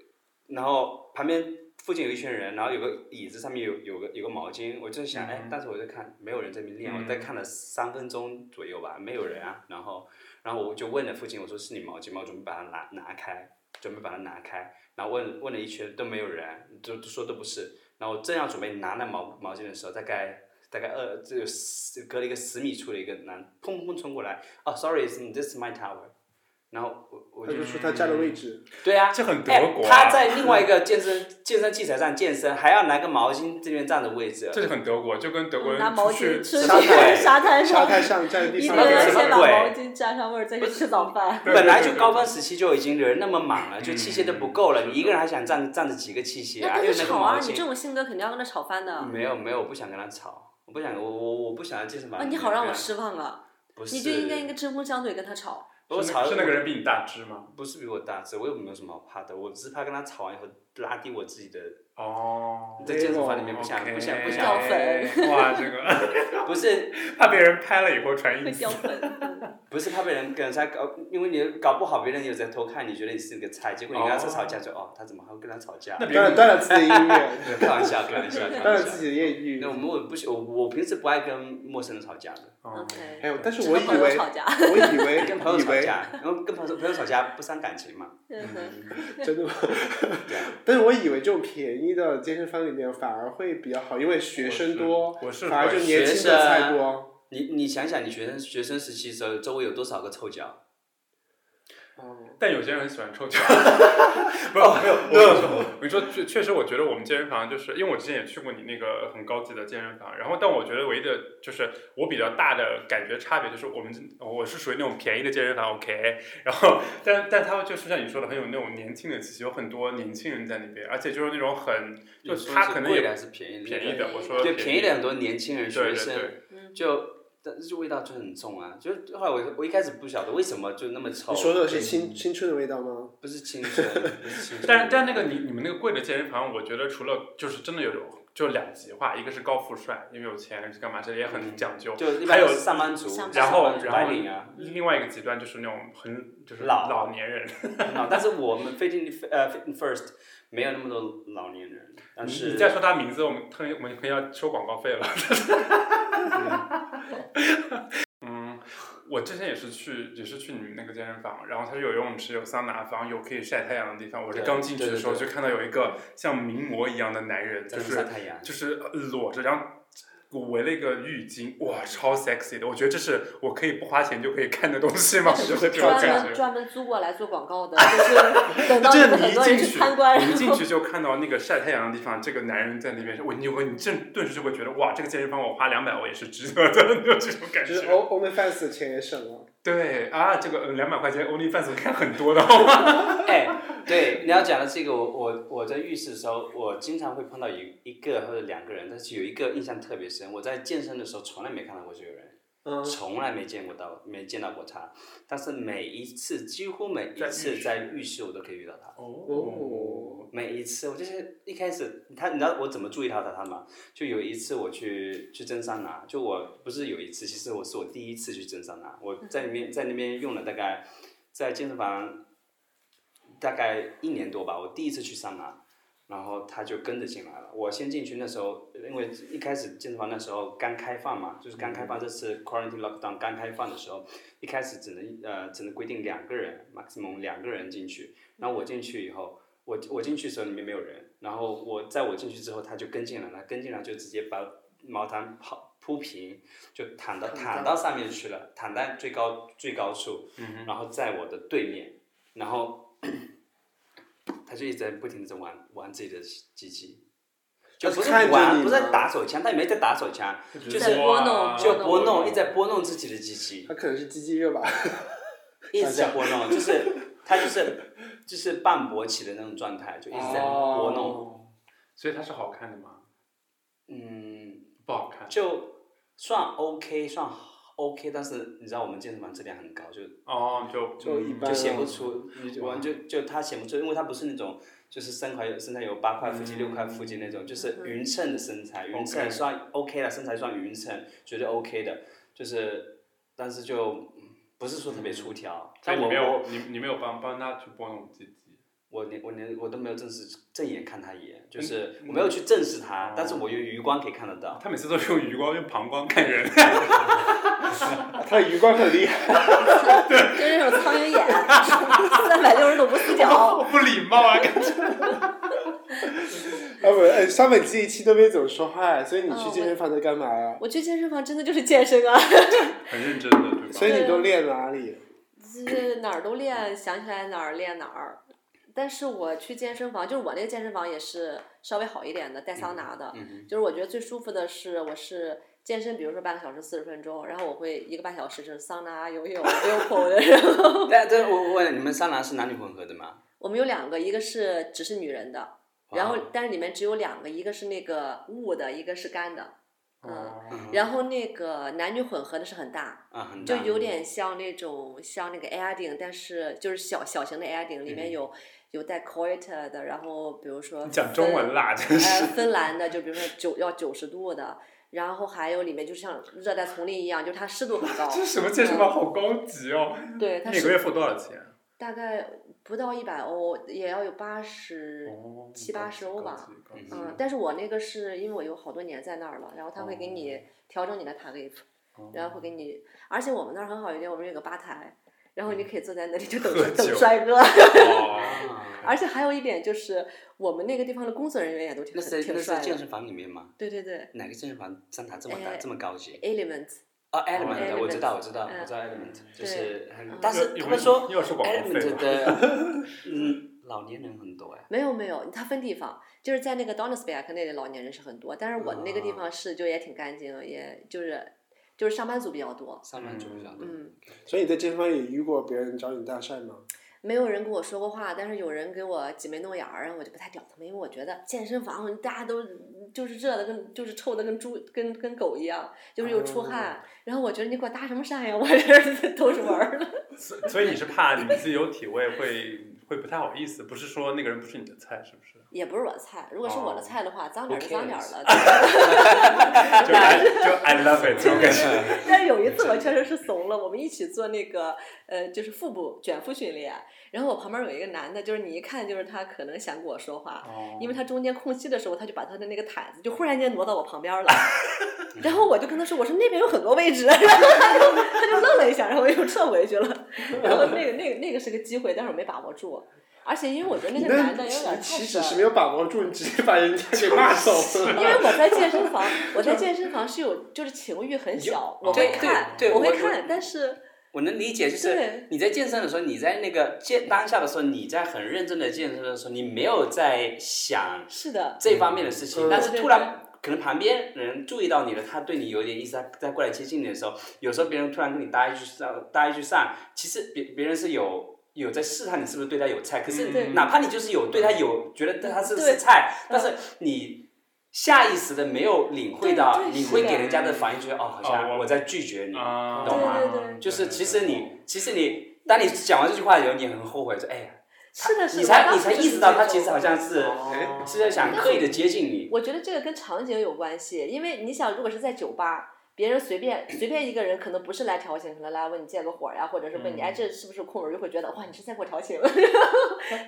然后旁边附近有一群人，然后有个椅子上面有有个有个毛巾，我就想哎、但是我在看没有人在那边练，嗯我在看了三分钟左右吧，没有人啊，然后然后我就问了附近我说是你毛巾吗？我准备把它拿拿开，准备把它拿开，然后问问了一圈都没有人，都都说都不是，然后我正要准备拿那毛毛巾的时候，大概。大概二只有十隔了一个十米处的一个男，砰砰砰冲过来，哦、s o r r y this is my tower。然后我我他就就说他占了位置，对啊，这呃很德哎国啊他在另外一个健身健身器材上健身，还要拿个毛巾这边占着位置，这是很德国，就跟德国人拿毛出巾去吃沙滩沙滩沙上，滩上占了第嗯一三堆个人位置是先把对毛巾沾上味儿，再去吃早饭。对本来对就对高峰时期就已经人那么满了，就器械都不够了，嗯你一个人还想占占着几个器械那啊？跟又他那个吵毛啊！你这巾，嗯种性格肯定要跟他吵翻的。没有没有，我不想跟他吵，我不想我我我不想要健身房啊，里面你跟他。好让我失望啊！不是，你就应该应该针锋相对跟他吵。我是吵那是那个人比你大只吗？不是比我大只，我又没有什么好怕的，我只是怕跟他吵完以后拉低我自己的，哦在健身房里面不想 OK 不想不掉想，粉哇，这个 <laughs> 不是怕被人拍了以后传 <laughs> 会印掉象。 <laughs> 粉，嗯不是怕被人跟他搞，因为你搞不好别人有在偷看，你觉得你是个菜，结果你跟他在吵架就哦，他怎么还会跟他吵架？那别断了人断了自己的音乐， <laughs> 开玩笑，开玩笑，开玩断了笑。自己的艳遇那。我们我不喜我我平时不爱跟陌生人吵架的，哦 OK。 <laughs> 哎呦，但是只我和以朋友为，吵架，我以为跟朋友以吵为架，然后跟朋友朋友吵架不伤感情嘛，嗯哼真的吗？对啊。但是我以为这种便宜的健身房里面反而会比较好，因为学生多，我是反而就会年轻的菜多。你你想想，你学生学生时期的时候，周围有多少个臭脚？哦但有些人很喜欢抽 <laughs> 奖，没有哦没有，我跟你说，我跟你说，确确实，我觉得我们健身房就是，因为我之前也去过你那个很高级的健身房，然后，但我觉得唯一的就是我比较大的感觉差别就是，我们我是属于那种便宜的健身房，OK，然后，但但他们就是像你说的，很有那种年轻的气息，有很多年轻人在那边，而且就是那种很，就你说他是可能贵的也还是便宜的？便宜的，我说对，便宜的的，很多年轻人对学对生对，嗯就。但是味道就很重啊！就后来我我一开始不晓得为什么就那么臭。你说的是对青青春的味道吗？不是青春，不是青春。但但那个你你们那个贵的健身房，我觉得除了就是真的有种就两极化，一个是高富帅，因为有钱是干嘛，这也很讲究。嗯就一还般有都是上班族，上班然后，然白后领啊，另外一个极端就是那种很就是老老年人，啊但是我们 fitting 呃 fitting first 没有那么多老年人，但你是你再说他名字，我们特我们可能要收广告费了。 <laughs> 嗯，我之前也是去也是去你们那个健身房，然后它是有游泳池、有桑拿房、有可以晒太阳的地方。我是对刚进去对的对时候对就看到有一个像名模一样的男人，在就那是晒太阳，就是呃裸着，然后我围了一个浴巾，哇，超 sexy 的！我觉得这是我可以不花钱就可以看的东西吗？ <laughs> 就是这种 <laughs> 专感门觉。专门租过来做广告的，就是等到你这们你很一多人进去去，参观，你一然进后去就看到那个晒太阳的地方，这个男人在那边，我你我你正顿时就会觉得哇，这个健身房我花两百我也是值得的， <laughs> 就这种感就是哦觉。 O OnlyFans 的钱也省了。对啊，这个两百块钱 OnlyFans 我看很多的，好吗？哎，对，你要讲的这个，我我我在浴室的时候，我经常会碰到一一个或者两个人，但是有一个印象特别深，我在健身的时候从来没看到过这个人，嗯，从来没见过到没见到过他，但是每一次几乎每一在浴次室在浴室我都可以遇到他。哦每一次，我就是一开始他，你知道我怎么注意到他他吗？就有一次我去去蒸桑拿，就我不是有一次，其实我是我第一次去蒸桑拿，我在那边在那边用了大概在健身房大概一年多吧，我第一次去桑拿，然后他就跟着进来了。我先进去那时候，因为一开始健身房那时候刚开放嘛，就是刚开放，这次 quarantine lockdown 刚开放的时候，一开始只能呃只能规定两个人 maximum 两个人进去，然后我进去以后。我我进去的时候里面没有人，然后我在我进去之后，他就跟进来了，跟进来就直接把毛毯跑铺平，就躺到躺到上面去了，躺在最高最高处，嗯然后在我的对面，然后 <clears throat> 他就一直在不停的在玩玩自己的机器，就他不是看着玩，你不是在吗打手枪，他也没在打手枪，就是在拨弄哇就弄拨弄，一直在拨弄自己的机器，他可能是鸡鸡热吧。一直在拨 <laughs> 弄，就是他就是就是半勃起的那种状态，就一直在拨弄。哦所以它是好看的吗？嗯，不好看。就算 OK，算 OK，但是你知道我们健身房质量很高，就哦，就就一般就啊嗯显不出，你就完就就他显不出，因为他不是那种就是身材有身材有八块腹肌、六块腹肌那种，就是匀称的身材，匀称嗯 OK 算 OK 了，身材算匀称，绝对 OK 的，就是，但是就嗯不是说特别出挑，所但以你我没我有你你没有帮帮他去拨弄自己，我连我连我都没有正式正眼看他一眼，嗯就是我没有去正视哦他，但是我用余光可以看得 <laughs> 到，他每次都是用余光用膀胱 <laughs> 看人，他啊余光很厉害，就是那种苍蝇眼， <laughs> 三百六十度不死角。 <laughs> 不礼貌 <laughs> 啊！感觉啊不，哎，沙本这一期都没怎么说话呀，所以你哦去我健身房在干嘛啊呀？我去健身房真的就是健身啊，很认真的，对吧？所以你都练哪里？就是哪儿都练，想起来哪儿练哪儿。但是我去健身房，就是我那个健身房也是稍微好一点的，带桑拿的。嗯哼，就是我觉得最舒服的是，我是健身，比如说半个小时四十分钟，然后我会一个半小时是桑拿、游泳、 <laughs> 溜跑的。然后但但我我问你们三男是男女混合的吗？我们有两个，一个是只是女人的，然哦后但是里面只有两个，一个是那个雾的，一个是干的。嗯，哦然后那个男女混合的是很大，啊，很就大有点像那种像那个 air 顶，但是就是小小型的 air 顶，里面有、有带 coit 的，然后比如说嗯你讲中 <laughs> 文啦，真是。，呃，芬兰的就比如说九要九十度的，然后还有里面就像热带丛林一样，就是它湿度很 <laughs> 高呃这是什么健身房？好高级哦！对，它每个月是付多少钱？大概不到一百欧，也要有八十。哦七八十欧吧高级。高级嗯，但是我那个是因为我有好多年在那儿了，然后他会给哦你调整你的 tarif，、然嗯后会给你，而且我们那儿很好一点，我们有个吧台，然后你可以坐在那里就等喝等酒帅哥，啊哦 <laughs> 而且还有一点就是我们那个地方的工作人员也都挺那是挺那帅是健的，身房里面吗？对对对哪个健身房上台这么大、哎这么高级？ ，Element，哦，Element，、 Element，我知道，我知道，嗯我知道 Element，就对是很嗯，但是又他们说哎又是广告费 Element 吧 <laughs> 的，嗯，老年人很多哎，没有没有，它分地方，就是在那个 Donnersberg 那里老年人是很多，但是我那啊个地方是就也挺干净，也就是就是上班族比较多，上班族比较多。嗯，所以你在健身房也遇过别人找你搭讪吗？没有人跟我说过话，但是有人给我挤眉弄眼儿，然后我就不太屌他们，因为我觉得健身房大家都就是热的跟就是臭的跟猪跟跟狗一样，就是又啊出汗，然后我觉得你给我搭什么讪呀， <laughs> 我这都是玩儿的。所所以你是怕你自己有体味会会不太好意思，不是说那个人不是你的菜，是 <laughs> 不是？也不是我的菜，如果是我的菜的话，脏点儿就脏点儿了。就 I 就 I love it 这种感觉。但是有一次我确实是怂了，我们一起做那个呃，就是腹部卷腹训练，然后我旁边有一个男的，就是你一看就是他可能想跟我说话，哦因为他中间空隙的时候，他就把他的那个毯子就忽然间挪到我旁边了，然后我就跟他说，我说那边有很多位置， <laughs> 然后他就他就愣了一下，然后又撤回去了，然后那个那个那个是个机会，但是我没把握住，而且因为我觉得那你个那男的有点太岂帅止了是没有把握住，你直接把人家给骂走 <laughs> <laughs> 因为了。我在健身房，我在健身房是有就是情欲很小，我会对看，对对我我会我看，但是我能理解，就是对你在健身的时候，你在那个健当下的时候，你在很认真的健身的时候，你没有在想是的，这方面的事情，嗯但对是对突然。可能旁边人注意到你了，他对你有点意思，他再过来接近你的时候，有时候别人突然跟你搭一句上，搭一句上，其实别别人是有有在试探你是不是对他有菜，可是嗯对哪怕你就是有对他有觉得他是不对是菜，但是你下意识的没有领会到对，对你是会的给人家的反应觉得哦，好哦像我我在拒绝你，啊，懂吗对对对就是其实你，其实你，当你讲完这句话以后，你很后悔，说哎呀，是的，是的，你我才当你时才就意是识到这他种其实好像是哎是在想刻意的接近你。我觉得这个跟场景有关系，因为你想，如果是在酒吧，别人随便随便一个人，可能不是来调情，可能来问你借个火呀，或者是问你、嗯哎这是不是空儿，就会觉得哇你是在给我调情。 <laughs>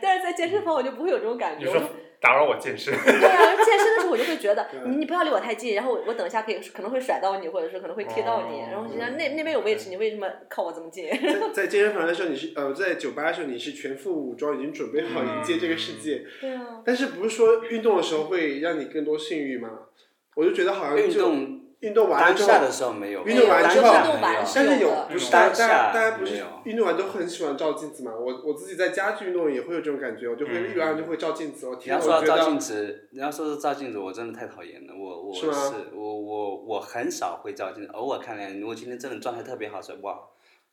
但是在健身房我就不会有这种感你觉，我说就打扰我健身，对啊呀、健身的时候我就会觉得对你你不要离我太近，然后我我等一下可以可能会甩到你，或者是可能会踢到你，嗯哦然后我就觉得那那边有位置，你为什么靠我这么近？在在健身房的时候，你是呃在酒吧的时候，你是全副武装，已经准备好迎接这个世界。对啊，但是不是说运动的时候会让你更多性欲吗？我就觉得好像运就动运动完了当之下的后，时候没有，运动完当之后下没有运动完是但是有的不是大当家下大家不没是有运动完都很喜欢照镜子吗？我我自己在家去运动也会有这种感觉，我就会嗯运动完就会照镜子。我你天要哪，说我到觉照镜得子，你要说是照镜子，我真的太讨厌了。我我是吗我我我很少会照镜子，偶尔看两眼。如果今天真的状态特别好，说哇，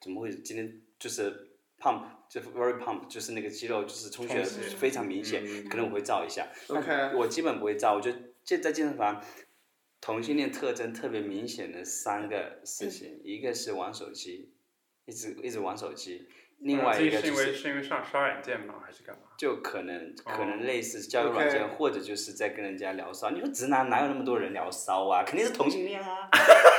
怎么会今天就是 pump 就是 very pump，就是那个肌肉就是充血充血非常明显，嗯可能我会照一下。 OK 我基本不会照，我觉得这在健身房。同性恋特征特别嗯明显的三个事情，一个是玩手机，一直一直玩手机，另外一个啊是就因为是是因为上刷软件吗？还是干嘛？就可能可哦能类似交友软件，或者就是在跟人家聊骚。你说直男哪有那么多人聊骚啊？肯定是同性恋啊。哦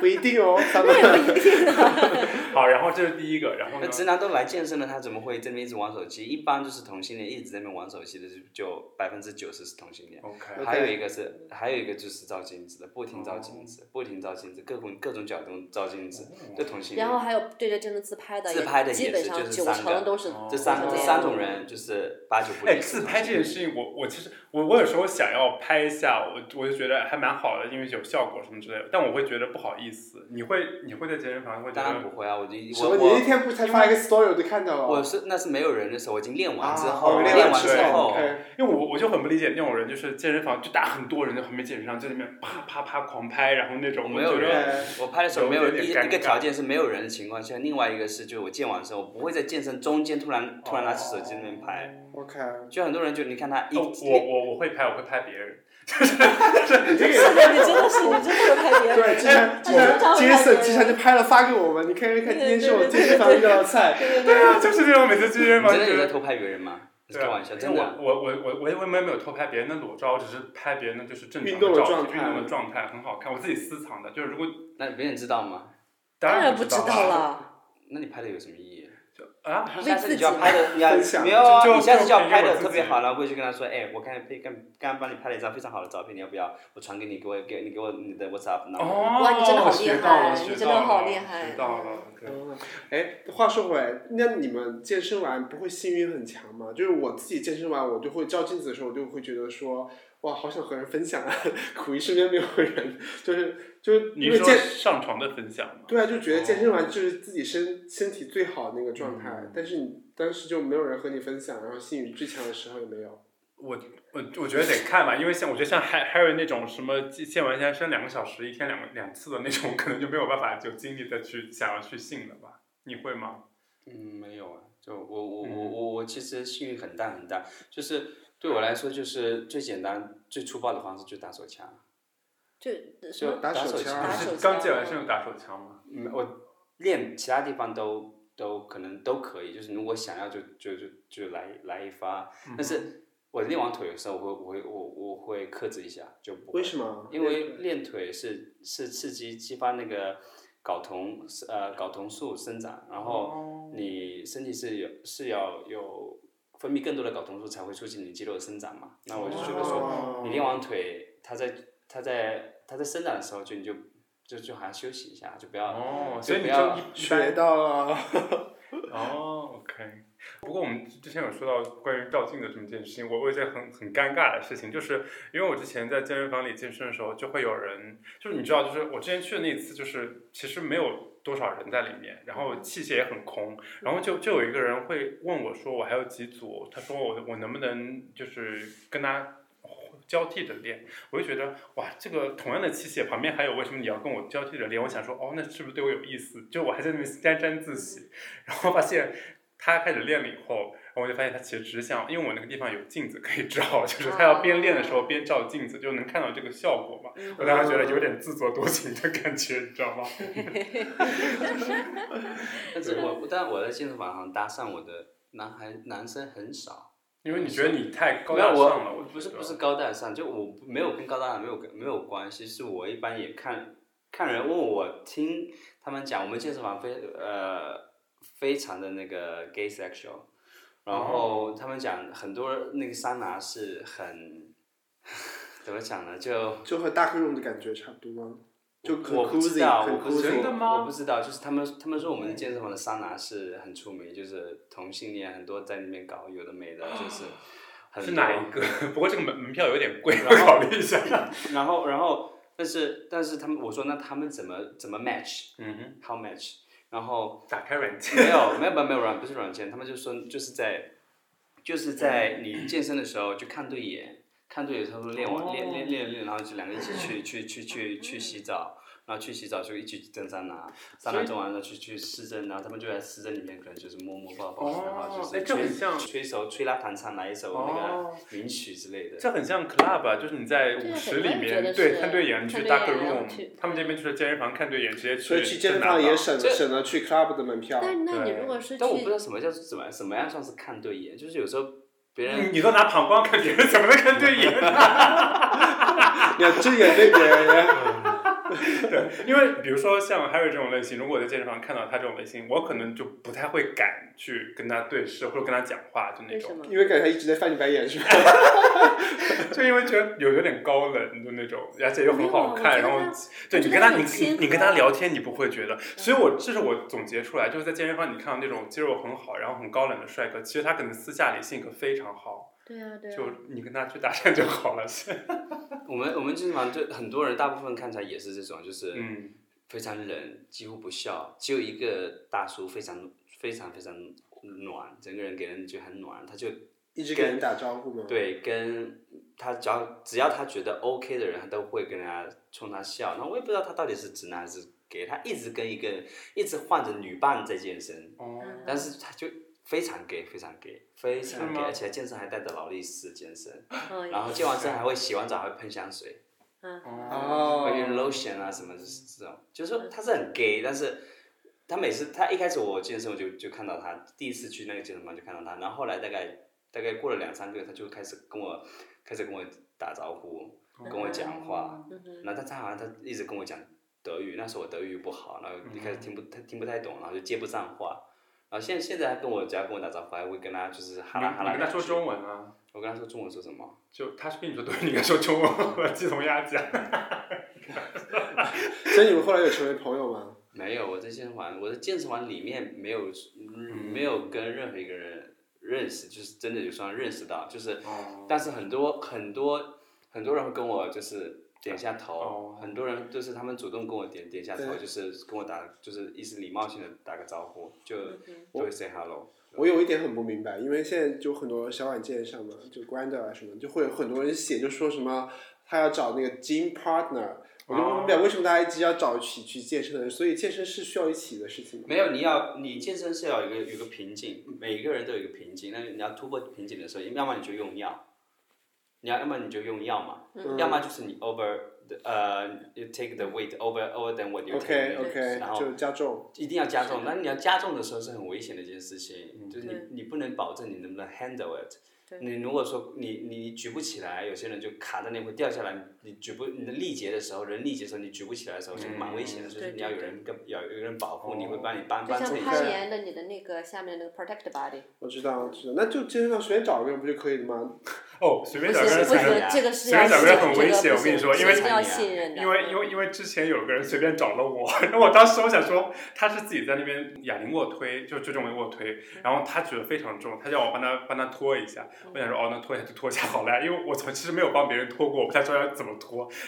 不一定哦， <laughs> 咱们 <laughs> 好，然后这是第一个，然后那 <laughs> 呢？直男都来健身了，他怎么会这边一直玩手机？一般就是同性恋一直在那边玩手机的，就就百分之九十是同性恋。 OK，还有一个是，还有一个就是照镜子的，不停照镜哦子，不停照镜子，各种各种角度照镜子，就同性恋。然后还有对着镜子自拍的，自也拍的基也本是上就是九三个成都是哦这三都这是这三样种人就是八九不离哎，十。自拍这件事情，我我其实我我有时候想要拍一下，我我就觉得还蛮好的，因为有效果什么之类的，但我会觉得不好意思。你会你会在健身房会觉当然得不会啊，我就什么？我你一我天不才发一个 story 我就看到了。我是那是没有人的时候，我已经练完之啊后，哦练完完之后后， ，OK 因为我我就很不理解那种人，就是健身房就大很多人在旁边健身房就在那边啪啪啪狂拍，然后那种没我有觉人得哎我拍的时候没有有一点一尴尬个条件是没有人的情况下，另外一个是就是我健完身，我不会在健身中间突哦然突然拿起手机那边拍， <laughs> ，OK，就很多人就你看他一哦我我我会拍，我会拍别人。你这个是 <laughs> 的，你真的是你真的有拍别人，对，之前我们找杰人拍别森人之前就拍了发给我们，你看看看，今天是我健身房遇到的菜。对对对对，啊，就是这种每次去健身你房真的就有是在偷拍别人吗？你对开啊，玩笑，因为真的。我我我我我我也没有偷拍别人的裸照，我只是拍别人的就是正常运动的照状片态运动的状态很好看，我自己私藏的。就是如果那别人知道吗？当然不不知啊道道了，那你拍的有什么意义？啊，下次你就要拍 <laughs> 的，你要分享没有啊？就就你下次就要拍就给我的自己特别好，然后过去跟他说，哎，我刚才配刚刚帮你拍了一张非常好的照片，你要不要？我传给你，给我给你给我你的 WhatsApp 然后哦，哇你真的好厉学到了害学你真到的好了厉害学到了。对嗯哎，话说回来，那你们健身完不会性欲很强吗？就是我自己健身完，我就会照镜子的时候，我就会觉得说，哇，好想和人分享啊， <laughs> 苦于身边没有人，就是就是你因为说健，上床的分享吗？对啊，就觉得健身哦完就是自己身身体最好的那个状态，嗯但是你当时就没有人和你分享，然后性欲最强的时候也没有。我我我觉得得看吧，因为像我觉得像 Har- Harry 那种什么健健完健身两个小时，一天两个两次的那种，可能就没有办法有精力再去想要去性了吧？你会吗？嗯，没有啊，就我我嗯我我我其实性欲很淡很淡，就是对我来说就是最简单最粗暴的方式就是打手枪。就什就啊么打手手枪枪，打手是枪刚健完身就打手枪吗？嗯，我练其他地方都都可能都可以，就是如果想要就就就就来来一发，嗯但是我练完腿的时候，我会我会我我会克制一下，就不会为什么？因为练腿是是刺激激发那个睾酮呃睾酮素生长，然哦后你身体是有是要有分泌更多的睾酮素才会促进你肌肉的生长嘛。那我就觉得说，哦你练完腿，它在它在它在生长的时候就你就就就好像休息一下，就不要。哦，所以你不要就一一学般到了。哦，OK。不过我们之前有说到关于照镜子这么件事情，我我有一件很很尴尬的事情，就是因为我之前在健身房里健身的时候，就会有人，就是你知道，就是我之前去的那一次，就是其实没有多少人在里面，然后器械也很空，然后就就有一个人会问我说，我还有几组，他说我我能不能就是跟他。交替着练，我就觉得哇，这个同样的器械旁边还有，为什么你要跟我交替着练？我想说，哦，那是不是对我有意思？就我还在那边沾沾自喜，然后发现他开始练了以后，然后我就发现他其实只是想，因为我那个地方有镜子可以照， <laughs> 就是他要边练的时候边照镜子，就能看到这个效果嘛。嗯我当时觉得有点自作多情的感觉，你知道吗？但是我但我在健身房上搭讪我的男孩男生很少。因为你觉得你太高没大有上了，我我不是觉得不是高大上，就我没有跟高大上没有没有关系，是我一般也看看人问我听他们讲，我们健身房非呃非常的那个 gay sexual，然后他们讲很多那个桑拿是很 <laughs> 怎么讲呢，就就和大 room 的感觉差不多吗？就很我不知 cozy，道，很我不 cozy。知真的吗我不知道，就是他们他们说我们的健身房的桑拿是很出名，就是同性恋很多在那边搞，有的没的，就是很是多哪一个？ <laughs> 不过这个门门票有点贵，我考虑一下。然后，然后，但是，但是他们，我说那他们怎么怎么 match？How 嗯 match？然后哼，打开软件。没有，没有，没有，没有软，不是软件，他们就说就是在，就是在你健身的时候就看对哦眼，看对眼，他说练完、练练练练，然后就两个一起去去去去去洗澡，然后去洗澡就一起去登桑拿，桑拿蒸完了去去市政，然后他们就在市政里面可能就是摸摸抱抱，哦然后哎就是这很像吹吹一首吹拉弹唱来一首那哦个名曲之类的。这很像 club 啊，就是你在对舞啊池我里也觉面得对是看对眼去看对 dark 眼然后去 room，他们这边就是健身房看对眼，直接所以去健身拿房也到省这省了去 club 的门票。但是那你对如果是去但我不知道什么叫怎么怎么样算是看对眼，就是有时候别人嗯你你都拿膀胱看别人，怎么能看对眼？你要正眼对别人，对，因为比如说像 Harry 这种类型，如果我在健身房看到他这种类型，我可能就不太会敢去跟他对视或者跟他讲话，就那为什种，么？因为感觉他一直在翻你白眼是吧？ <laughs> 就因为觉得有有点高冷，就那种，而且又很好看，没有然啊我觉得后他对你我觉得跟他他你很亲和嗯你跟他聊天，你不会觉得，所以我这是我总结出来，就是在健身房你看到那种肌肉很好，然后很高冷的帅哥，其实他可能私下里性格非常好，对啊，对啊。就你跟他去搭讪就好了， <laughs> 是嗯我们我们基本上就很多人，大部分看起来也是这种，就是嗯，非常冷，几乎不笑，只有一个大叔非常非常非常暖，整个人给人就很暖，他就嗯一直给人打招呼吗？，对跟他只要只要他觉得 OK 的人，他都会跟人家冲他笑。那我也不知道他到底是直男还是 gay，他一直跟一个一直换着女伴在健身，哦，但是他就非常 gay，非常 gay，非常是 gay，吗而且健身还带着劳力士健身，嗯然后健完身还会洗完澡还会喷香水。哦关于 lotion 啊什么就是这种，就是说他是很 gay，但是他每次他一开始我健身我就就看到他，第一次去那个健身房就看到他，然后后来大概大概过了两三个月，他就开始跟我开始跟我打招呼，跟我讲话，嗯哼然后他他好像他一直跟我讲德语，那时候我德语不好，然后一开始听不他嗯听不太懂，然后就接不上话。然后现现在还跟我只要跟我打招呼，还会跟他就是哈你拉哈拉。你跟他说中，文啊。我跟他说中文说什么？就他是跟你说对，你应该说中文，鸡同鸭讲。所以你们后来有成为朋友吗？没有，我在健身房，我在健身房里面没有、嗯没有跟任何一个人认识，就是真的就算认识到，就是，但是很多很多很多人会跟我就是点一下头，哦很多人就是他们主动跟我点点一下头，对就是跟我打就是意思礼貌性的打个招呼，就就会 say hello。我有一点很不明白，因为现在就很多小软件上嘛，就 Grindr 啊什么，就会有很多人写就说什么他要找那个 gym partner，我就不明白为什么大家一直要找一起去健身的人，所以健身是需要一起的事情吗？没有，你要你健身是要有一个有一个瓶颈，每个人都有一个瓶颈。那你要突破瓶颈的时候，要么你就用药，你要要么你就用药嘛，嗯要么就是你 over the- 呃、you take the weight over over than what you OK take， OK，然后就加重。一定要加重。那你要加重的时候是很危险的一件事情，就是嗯对你你不能保证你能不能 handle it 对。你如果说你你举不起来，有些人就卡在那会掉下来。你举不你的力竭的时候，人力竭的时候你举不起来的时候，就蛮危险的。就是对你要有人跟要有一个人保护你，会帮你搬嗯哦就搬像这一攀下。岩的你的那个下面那个 protect body，我知道，我知道，那就健身房随便找一个人不就可以了吗？哦，随不便行找个人啊不随才能便，随便行这个是要信找任个人很危险这个我不跟你行说因为一定要信任的，因为因为因为之前有个人随便找了我， <laughs> 然后我当时我想说他是自己在那边哑铃卧推，就这种卧推，嗯然后他举得非常重，他叫我帮他帮他拖一下，我想说哦那拖一下就拖一下好了，因为我从其实没有帮别人拖过，我不太知道要怎么拖。嗯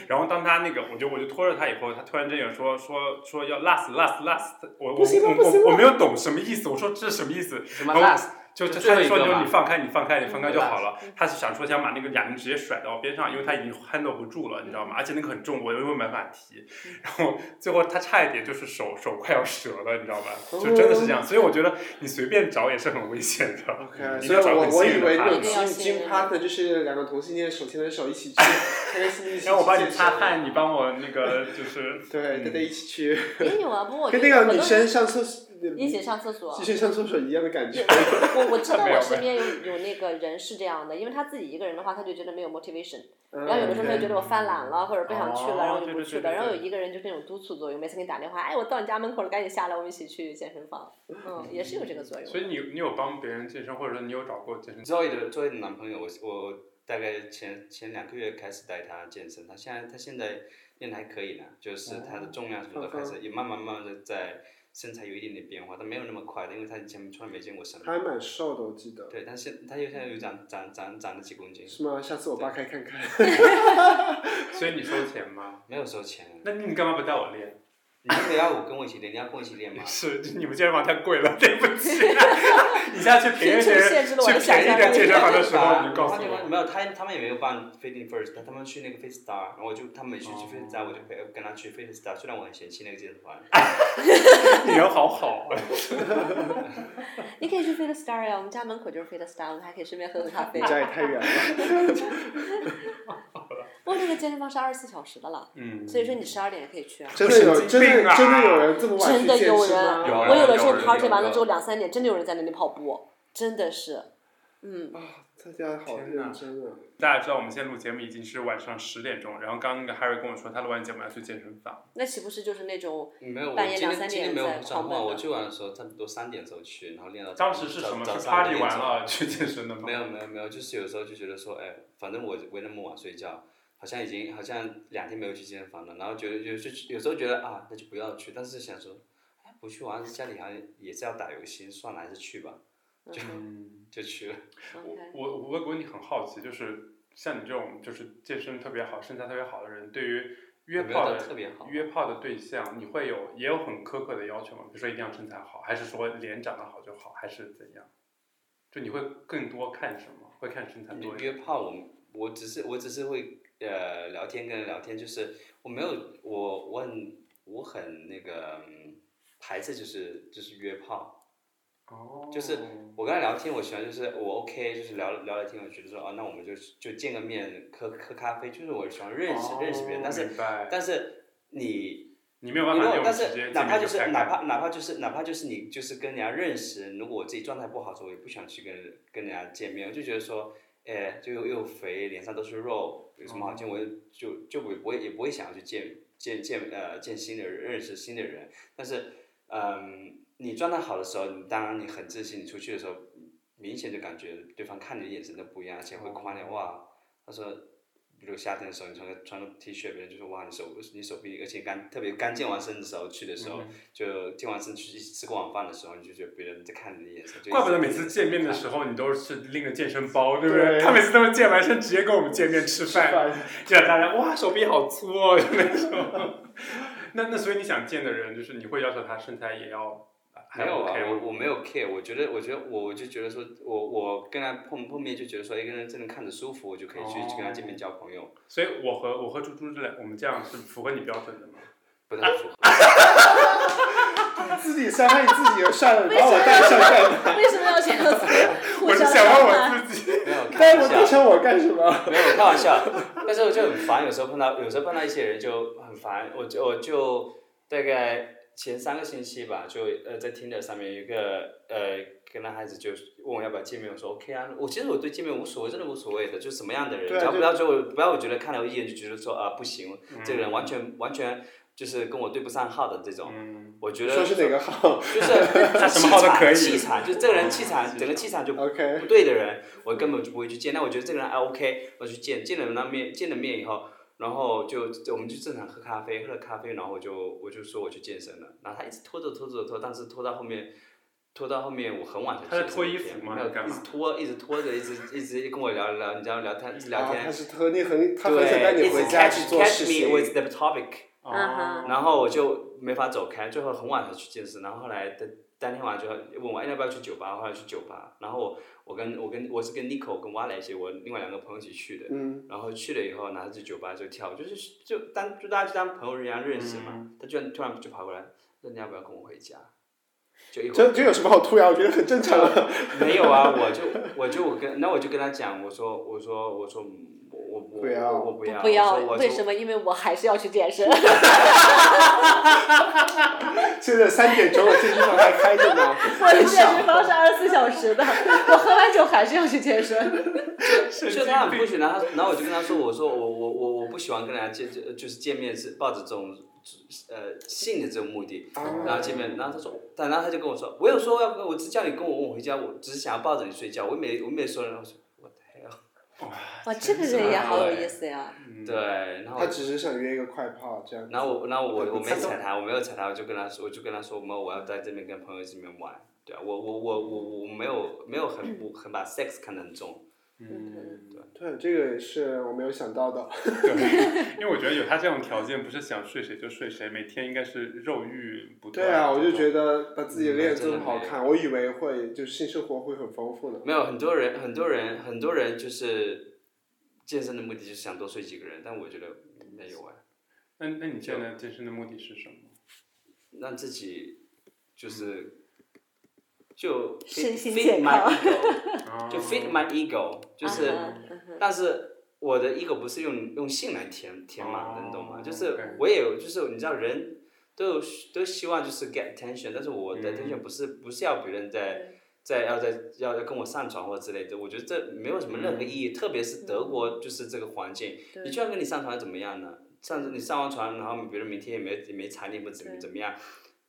然后当他那个我就我就拖着他以后，他突然间有说说说要 last last last，我我不行了我不行我了我没有懂什么意思，我说这是什么意思？什么然后 last？Oh，就就就最他后就一说个就嘛你放开，你放开，你放开就好了嗯。他是想说想把那个哑铃直接甩到我边上，因为他已经 handle 不住了，你知道吗？而且那个很重，我又没办法提。 <laughs> 然后最后他差一点就是手手快要折了，你知道吧？就真的是这样，所以我觉得你随便找也是很危险 <laughs> 的。 OK，嗯你所以要找我很我信以任为的那种一定要 gym 信 gym 任 partner 就是两个同性恋手牵着手 <laughs> 一起去，开开心心地一起去健身。然后我帮你嗯擦汗，你帮我那 <laughs> 个就是对，大家一起去，也有啊，不过我跟觉那得很个多女生上厕所，一起上厕所，其实上厕所一样的感觉。我我知道没有我身边有有那个人是这样的，因为他自己一个人的话，他就觉得没有 motivation，然然后有的时候他嗯就觉得我犯懒了，或者不想去哦了，然后就不对对对去对了。然后有一个人就是那种督促作用，每次给你打电话，哎，我到你家门口了，赶紧下来，我们一起去健身房。嗯，也是有这个作用所。以你你有帮别人健身，或者说你有找过健身？周易的周易的男朋友，我我大概前前两个月开始带他健身，他现在他现在练得还可以呢，哦就是他的重量什么都开始、也慢慢慢慢的在身材有一点点变化，但没有那么快的，因为他以前从来没见过身他还蛮瘦的，我记得。对，但现他又现在又长长长长了几公斤，是吗？下次我扒开看看。所以你收钱吗？没有收钱。那你干嘛不带我练？你要不要我跟我一起练？你要跟我一起练吗？是你们健身房太贵了， <laughs> 对不 <laughs> 起。你下次去便宜贫点，穷限制了我去便的宜想象点力健身房的时候，你就告诉他就我。没有他，他们也没有办 Fitting First，他们去那个 Fit Star，然后我就他们每次去 Fit 哦 Star，我就陪跟他去 Fit Star，虽然我很嫌弃那个健身房，你人好好，啊 <laughs> 你可以去 Fit Star 呀、我们家门口就是 Fit Star，我们还可以顺便喝喝咖啡你。家也 <laughs> 太远了。不过这个健身房是二十四小时的了，嗯，所以说你十二点也可以去啊。真的有，真病的啊真的有人这么晚真去的健身有吗？啊人，有啊我有的时候有人 party 完了有之后人两三点，真的有人在那里跑步，真的是，嗯，啊，大家好天哪认 <laughs> 真啊！大家知道我们现在录节目已经是晚上十点钟，然后刚刚那个 Harry 跟我说，他录完节目要去健身房。那岂不是就是那种嗯没有，我半夜今两天三今天点没有在转狂换，我奔的？去玩的时候差不多三点的时候去，然后练到早当时是什么？嗯早是上 party 六点完钟了去健身的吗？没有没有没有，就是有时候就觉得说，哎，反正我我也那么晚睡觉，好像已经好像两天没有去健身房了，然后觉得有就有时候觉得啊，那就不要去，但是想说，哎，不去玩，家里好像也是要打游戏，算了，还是去吧，嗯嗯，就去了。 <laughs> 我 OK <laughs> 我我我问你很好奇，就是像你这种就是健身特别好、身材特别好的人，对于 <laughs> 约没有炮到的特别好，约炮的对象，你会有也有很苛刻的要求吗？比如说一定要身材好，还是说脸长得好就好，还是怎样？就你会更多看什么？会看身材多一约点？炮我们，我只是我只是会呃聊天跟人聊天，就是我没有我我很我很那个、嗯排斥就是就是约炮。哦，就是我跟他聊天，我喜欢就是我 OK，就是聊聊聊天，我觉得说哦，那我们就就见个面，喝喝咖啡，就是我喜欢认识、哦认识别人，但是明白但是你你没有你办如法果用但直接是哪怕就见面是开哪干怕哪怕就是哪怕就是你就是跟人家认识，如果我自己状态不好的时候，我也不想去跟人跟人家见面，我就觉得说，哎，就又又肥，脸上都是肉，有什哦么好见？我就就就不我也也不会想要去见见见呃见新的人，认识新的人，但是嗯，你状态好的时候，你当然你很自信，你出去的时候，明显就感觉对方看你的眼神都不一样，而且会夸你哇。他说，比如夏天的时候，你穿个穿个 T 恤，别人就说哇，你手你手臂，而且刚特别刚健完身的时候去的时嗯候，就健完身去吃过晚饭的时候，你就觉得别人在看你的眼神。就一怪不直得每次见面的时候你都是拎着健身包，对不对？对他每次都是健完身直接跟我们见面吃饭，就让大家哇手臂好粗哦，就那种。 <laughs> 那那所以你想见的人，就是你会要求他身材也要呃还没有啊 OK，吗嗯我我没有 care，我觉得我觉得我我就觉得说，我我跟他碰碰面就觉得说，一个哎人真的看着舒服，我就可以去哦跟他见面交朋友，所以我和我和猪猪这两，我们这样是符合你标准的吗？不 <laughs> 太符合。自己伤害自己，算了，把我带上干嘛？为什么要这样 <laughs> 子互我是相想伤问害？我自己。没有带开我玩带笑，上我干什么？没有开玩笑， <laughs> 但是我就很烦，有时候碰到有时候碰到一些人就很烦，我就我就大概前三个星期吧，就呃在 Tinder 上面有一个呃跟男孩子就问我要不要见面，我说 OK 啊，我其实我对见面无所谓，真的无所谓的，就什么样的人，对啊只要就不要说我不要我觉得看了我一眼就觉得说啊、不行，这个人完全完全就是跟我对不上号的这种，嗯，我觉得说是哪个号就是他什么号都可以气场，就这个人气场，整个气场就？OK，不对的人，我根本就不会去见。那我觉得这个人啊 OK，我去见，见了那面，见了面以后，然后就就我们就正常喝咖啡，喝了咖啡，然后我就我就说我去健身了，然后他一直拖着拖着拖，但是拖到后面。拖到后面，我很晚才去他在健身脱那衣天服吗没有还是干一嘛直拖，一直拖着，一直一直跟我聊聊，你知道聊天聊啊他天，是和你很，他很想带对，你一直回家去 catch 做 catch 事 me 情。 with the topic，哦，啊然后我就没法走开，最后很晚才去健身，然后后来当当天晚上就问我哎要不要去酒吧，后来去酒吧，然后我我跟我跟我是跟 Nico 跟 Wale 一起，我另外两个朋友一起去的，嗯，然后去了以后，然后去酒吧就跳，就是就当就大家就当朋友一样认识嘛，嗯他居然突然就跑过来说你要不要跟我回家，就一会这儿这有什么好突然？我觉得很正常啊。没有啊，我就我就我跟那我就跟他讲，我说我说我说嗯我我我不要我不要，不要我说我，为说什么？因为我还是要去健身。 <laughs> 现在三点钟了，健身房还 <laughs> 开着呢，啊我的很健身少。房是二十四小时的，我喝完酒还是要去健身。神就经他很不病。喜欢他，然后我就跟他说，我说我我我我不喜欢跟人家见，呃就就是见面是抱着这种呃性的这种目的，然后见面，然后他说，但然后他就跟我说，我有说要跟，我只叫你跟我问我回家，我只是想要抱着你睡觉，我没我没说，然后我说我的 hell，哇，这个人也好有意思呀！对，然后他只是想约一个快炮这样。然后我然后我他我没他都踩他，我没有踩他，我就跟他说，我就跟他说，没有，我要在这边跟朋友这边玩，对啊，我我我我我没有没有很不很把 sex 看得很重，嗯，对，这个也是我没有想到的。嗯对， <laughs> 因为我觉得有他这种条件，不是想睡谁就睡谁，每天应该是肉欲不断。对啊，我就觉得，得把自己嗯练真这的么好没有看，我以为会就是性生活会很丰富呢。没有很多人，很多人，很多人就是健身的目的就是想多睡几个人，但我觉得没有哎，那那你现在健身的目的是什么？让自己就是就身心 fit- fit 健康 my ego，就 fit 啊 my ego，就是。嗯哼嗯哼但是我的 ego 不是用用性来填填满的，你懂吗？哦就是，OK 我也有，就是你知道人都有都希望就是 get attention，但是我的嗯 attention 不是不是要别人在对在要在要跟我上床或之类的，我觉得这没有什么任何意义，特别是德国就是这个环境，嗯对你就要跟你上床怎么样呢？上次你上完床，然后别人明天也没也没缠你或怎么对怎么样，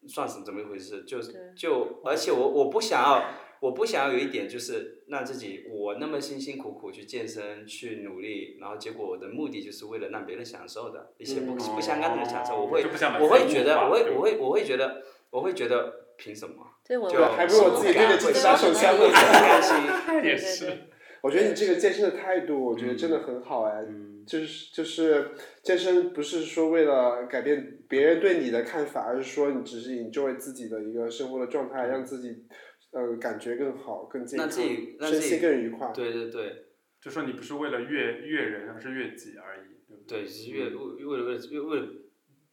算是怎么一回事？就对就而且我我不想要，我不想要有一点就是让自己我那么辛辛苦苦去健身去努力，然后结果我的目的就是为了让别人享受的一些不、嗯不相干的享受，我会哦就不想把我自会己觉得物化我会对我会我会觉得我会觉得凭什么？对我就对，还不如我自己练练自己杀手锏我很。呢开心。对对也 <laughs> 对是我觉得你这个健身的态度，我觉得嗯真的很好哎。就是就是健身不是说为了改变别人对你的看法，而是说你只是 enjoy 自己的一个生活的状态，让自己呃感觉更好、更健让康，自己让身自己心更愉快。对对对就说你不是为了越越人，而是越己而已，对不对，是越为为了为了为了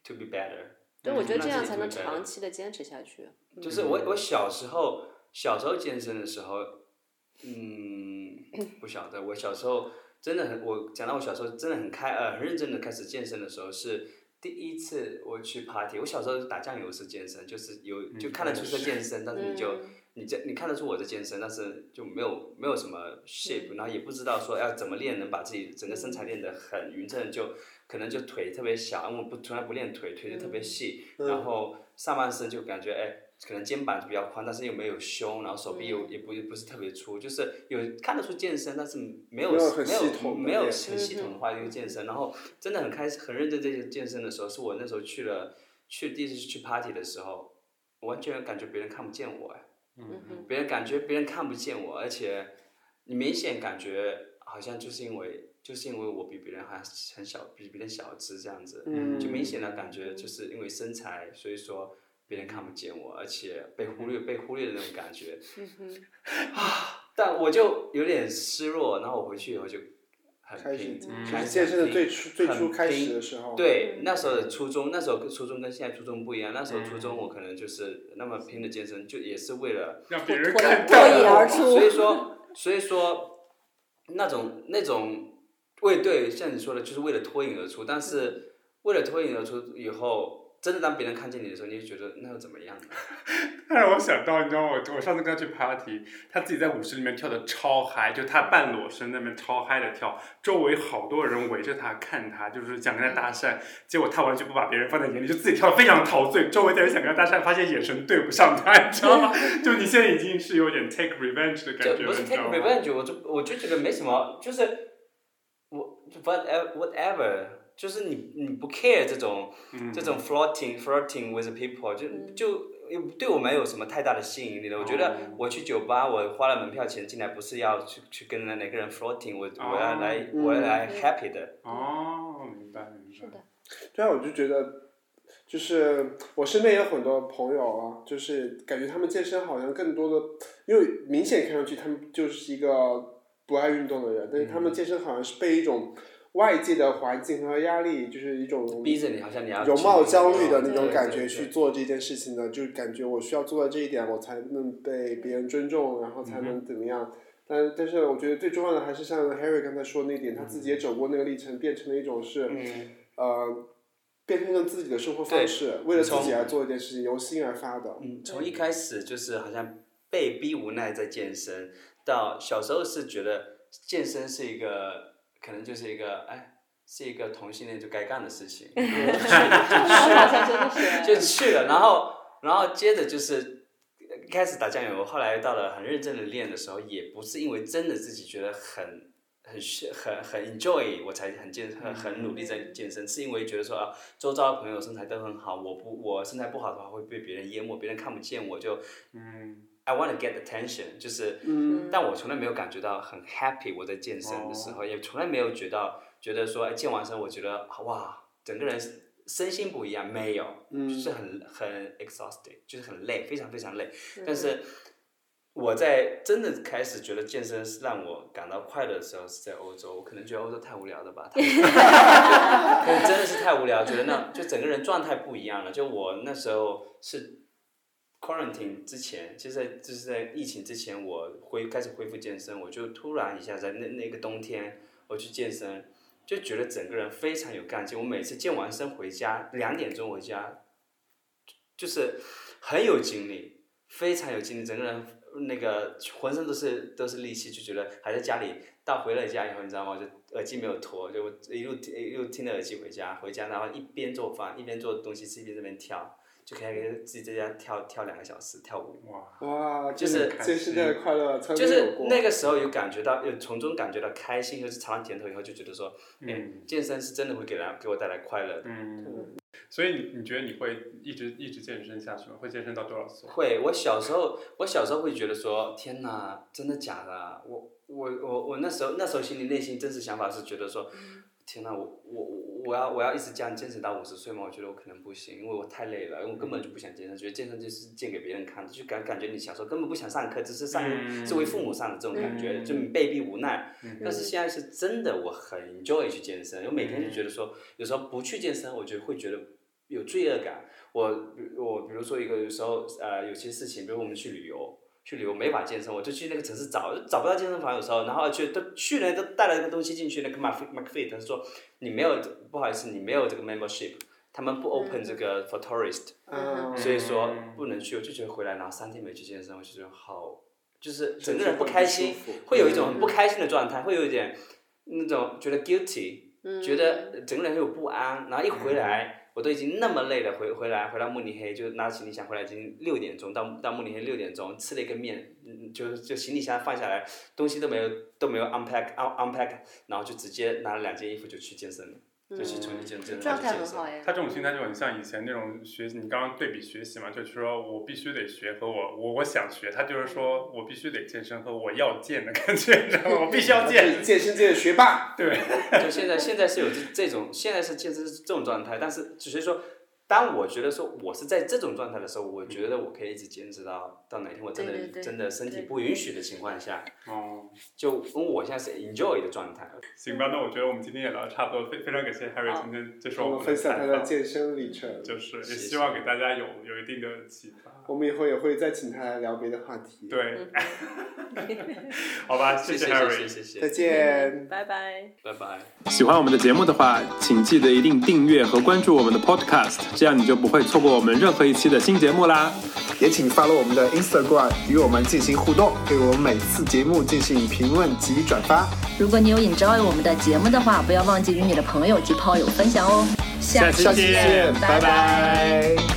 to be better。对，我觉得这样才能嗯那自己就长期的坚持下去。就是我我小时候小时候健身的时候，嗯， <coughs> 不晓得我小时候真的很，我讲到我小时候真的很开呃很认真的开始健身的时候是。第一次我去 party，我小时候打酱油是健身，就是有就看得出是健身，但是你就嗯你这你看得出我在健身，但是就没有没有什么嗯 shape，然后也不知道说要怎么练能把自己整个身材练得很匀称，就可能就腿特别小，因为我不从来不练腿，腿就特别嗯细，然后上半身就感觉哎。可能肩膀比较宽，但是又没有胸，然后手臂嗯又也不也不是特别粗，就是有看得出健身，但是没有没没有很系统有的没有练很系统化的一个健身。然后真的很开始很认真这些健身的时候，是我那时候去了去第一次去 party 的时候，我完全感觉别人看不见我哎，嗯哼别人感觉别人看不见我，而且你明显感觉好像就是因为就是因为我比别人还很小，比别人小只这样子，嗯就明显的感觉就是因为身材，所以说别人看不见我，而且被忽略被忽略的那种感觉。啊嗯哼但我就有点失落，然后我回去以后就很开始拼，嗯就开是始健身的很最拼初最初很开拼始的时候，对嗯，那时候的初衷，那时候跟初中跟现在初中不一样。那时候初中嗯我可能就是那么拼的健身，就也是为了让别人脱看 <laughs> 脱颖到而我出所以说，所以说，那种那种为对，像你说的，就是为了脱颖而出。但是为了脱颖而出以后，真的当别人看见你的时候，你就觉得那又怎么样呢？ <laughs> 他让我想到，你知道吗？我我上次跟他去 party，他自己在舞池里面跳的超嗨，就他半裸身在那边超嗨的跳，周围好多人围着他看他，就是想跟他搭讪，结果他完全不把别人放在眼里，就自己跳的非常陶醉，周围的人想跟他搭讪，发现眼神对不上他，你知道吗？ <laughs> 就你现在已经是有点 take revenge 的感觉就不了，是你知 take 道吗？ revenge，我就我就觉得没什么，就是我 whatever whatever，就是你你不 care 这种。嗯这种 flirting flirting with people 就就对我没有什么太大的吸引力了。我觉哦得我去酒吧，我花了门票钱进来，不是要去去跟哪个人 flirting，我我要来嗯我要来 happy 的。哦，明白明白。是的，对啊，我就觉得，就是我身边也有很多朋友啊，就是感觉他们健身好像更多的，因为明显看上去他们就是一个不爱运动的人，但是他嗯们健身好像是被一种外界的环境和压力，就是一种逼着你，好像你要容貌焦虑的去那种感觉对去做这件事情的，就感觉我需要做到这一点，我才能被别人尊重，然后才嗯能怎么样。但但是我觉得最重要的还是像 Harry 刚才说的那点，他自嗯己也走过那个历程，变成了一种是，呃，变成了自己的生活方式，为了自己而做一件事情，由心而发的。嗯，从一开始就是好像被逼无奈在健身，到小时候是觉得健身是一个可能就是一个哎是一个同性恋就该干的事情。 <laughs> 好像真的是就去了，然后然后接着就是呃开始打酱油，后来到了很认真的练的时候，也不是因为真的自己觉得很很是很很 enjoy 我才很健很很努力在健身，是因为觉得说啊，周遭的朋友身材都很好，我不我身材不好的话会被别人淹没，别人看不见我就嗯， I want to get attention，就是，嗯但我从来没有感觉到很 happy。我在健身的时候，也从来没有觉到觉得说哎健完身，我觉得哇，整个人身心不一样，没有，嗯就是很很 exhausted，就是很累，非常非常累。但是我在真的开始觉得健身是让我感到快乐的时候是在欧洲，我可能觉得欧洲太无聊了吧，太但真的是太无聊，觉得那就整个人状态不一样了。就我那时候是 quarantine 之前，其实在就是在疫情之前，我恢开始恢复健身，我就突然一下在那那个冬天我去健身，就觉得整个人非常有干劲。我每次健完身回家，两点钟回家，就是很有精力，非常有精力，整个人那个浑身都是都是力气，就觉得还在家里。到回了家以后，你知道吗？就耳机没有脱，就我一路听一路听着耳机回家，回家然后一边做饭一边做东西吃，一边这边跳，就可以给自己在家跳跳两个小时，跳舞。哇，哇，就是这现在的快乐，从来就没有是过那个时候有感觉到，有从中感觉到开心，就是尝了甜头以后就觉得说，哎嗯健身是真的会给人给我带来快乐的。嗯，所以你你觉得你会一直一直健身下去吗？会健身到多少岁？会，我小时候，我小时候会觉得说，天哪，真的假的？我我我我那时候那时候心里内心真实想法是觉得说，嗯天哪，我我我我要我要一直这样坚持到五十岁吗？我觉得我可能不行，因为我太累了，因为我根本就不想健身，觉得健身就是健给别人看的，就感感觉你小时候根本不想上课，只是上、嗯是为父母上的这种感觉，嗯就你被逼无奈。嗯但是现在是真的，我很 enjoy 去健身，我每天就觉得说，有时候不去健身，我就会觉得有罪恶感。我我比如说一个有时候呃有些事情，比如我们去旅游，去旅游没法健身，我就去那个城市找，找不到健身房，有时候然后去都去了都带了一个东西进去，那个 Mc McFit 他说你没有不好意思，你没有这个 membership，他们不 open 这个 for tourist，、嗯，所以说嗯不能去，我就觉得回来然后三天没去健身，我就觉得好，就是身整体个人不会不开舒心服，会有一种很不开心的状态，会有一点那种觉得 guilty，、觉嗯得整个人有不安，然后一回来、我都已经那么累了，回回来回到慕尼黑就拿行李箱回来已经六点钟，到到慕尼黑六点钟吃了一个面，嗯就就行李箱放下来，东西都没有都没有 unpack un, unpack，然后就直接拿了两件衣服就去健身了，嗯就去重新健身，然状后去态健很身好。哎呀。他这种心态就很像以前那种学习，你刚刚对比学习嘛，就是说我必须得学和我我我想学，他就是说我必须得健身和我要健的感觉，你知道吗？我必须要 <laughs> 健，嗯健身界的学霸，就现在现在是有这这种，现在是健身是这种状态，但是只是说，当我觉得说我是在这种状态的时候，我觉得我可以一直坚持到到哪天我真的对对对真的身体对不允许的情况下，哦，就因为我现在是 enjoy 的状态。行吧，那我觉得我们今天也聊得差不多，非非常感谢 Harry 好今天接受我我们们分享他采的访，健身历程。就是也谢谢希望给大家有有一定的启发。我们以后也会再请他来聊别的话题。，对， <laughs> 好吧，谢谢谢谢 Harry，谢谢再谢，见。拜拜。 <laughs> 拜拜。喜欢我们的节目的话，请记得一定订阅和关注我们的 Podcast，这样你就不会错过我们任何一期的新节目啦。也请 follow 我们的 Instagram 与我们进行互动，对我们每次节目进行评论及转发。如果你有 enjoy 我们的节目的话，不要忘记与你的朋友及炮友分享哦。下期下期见见，拜拜拜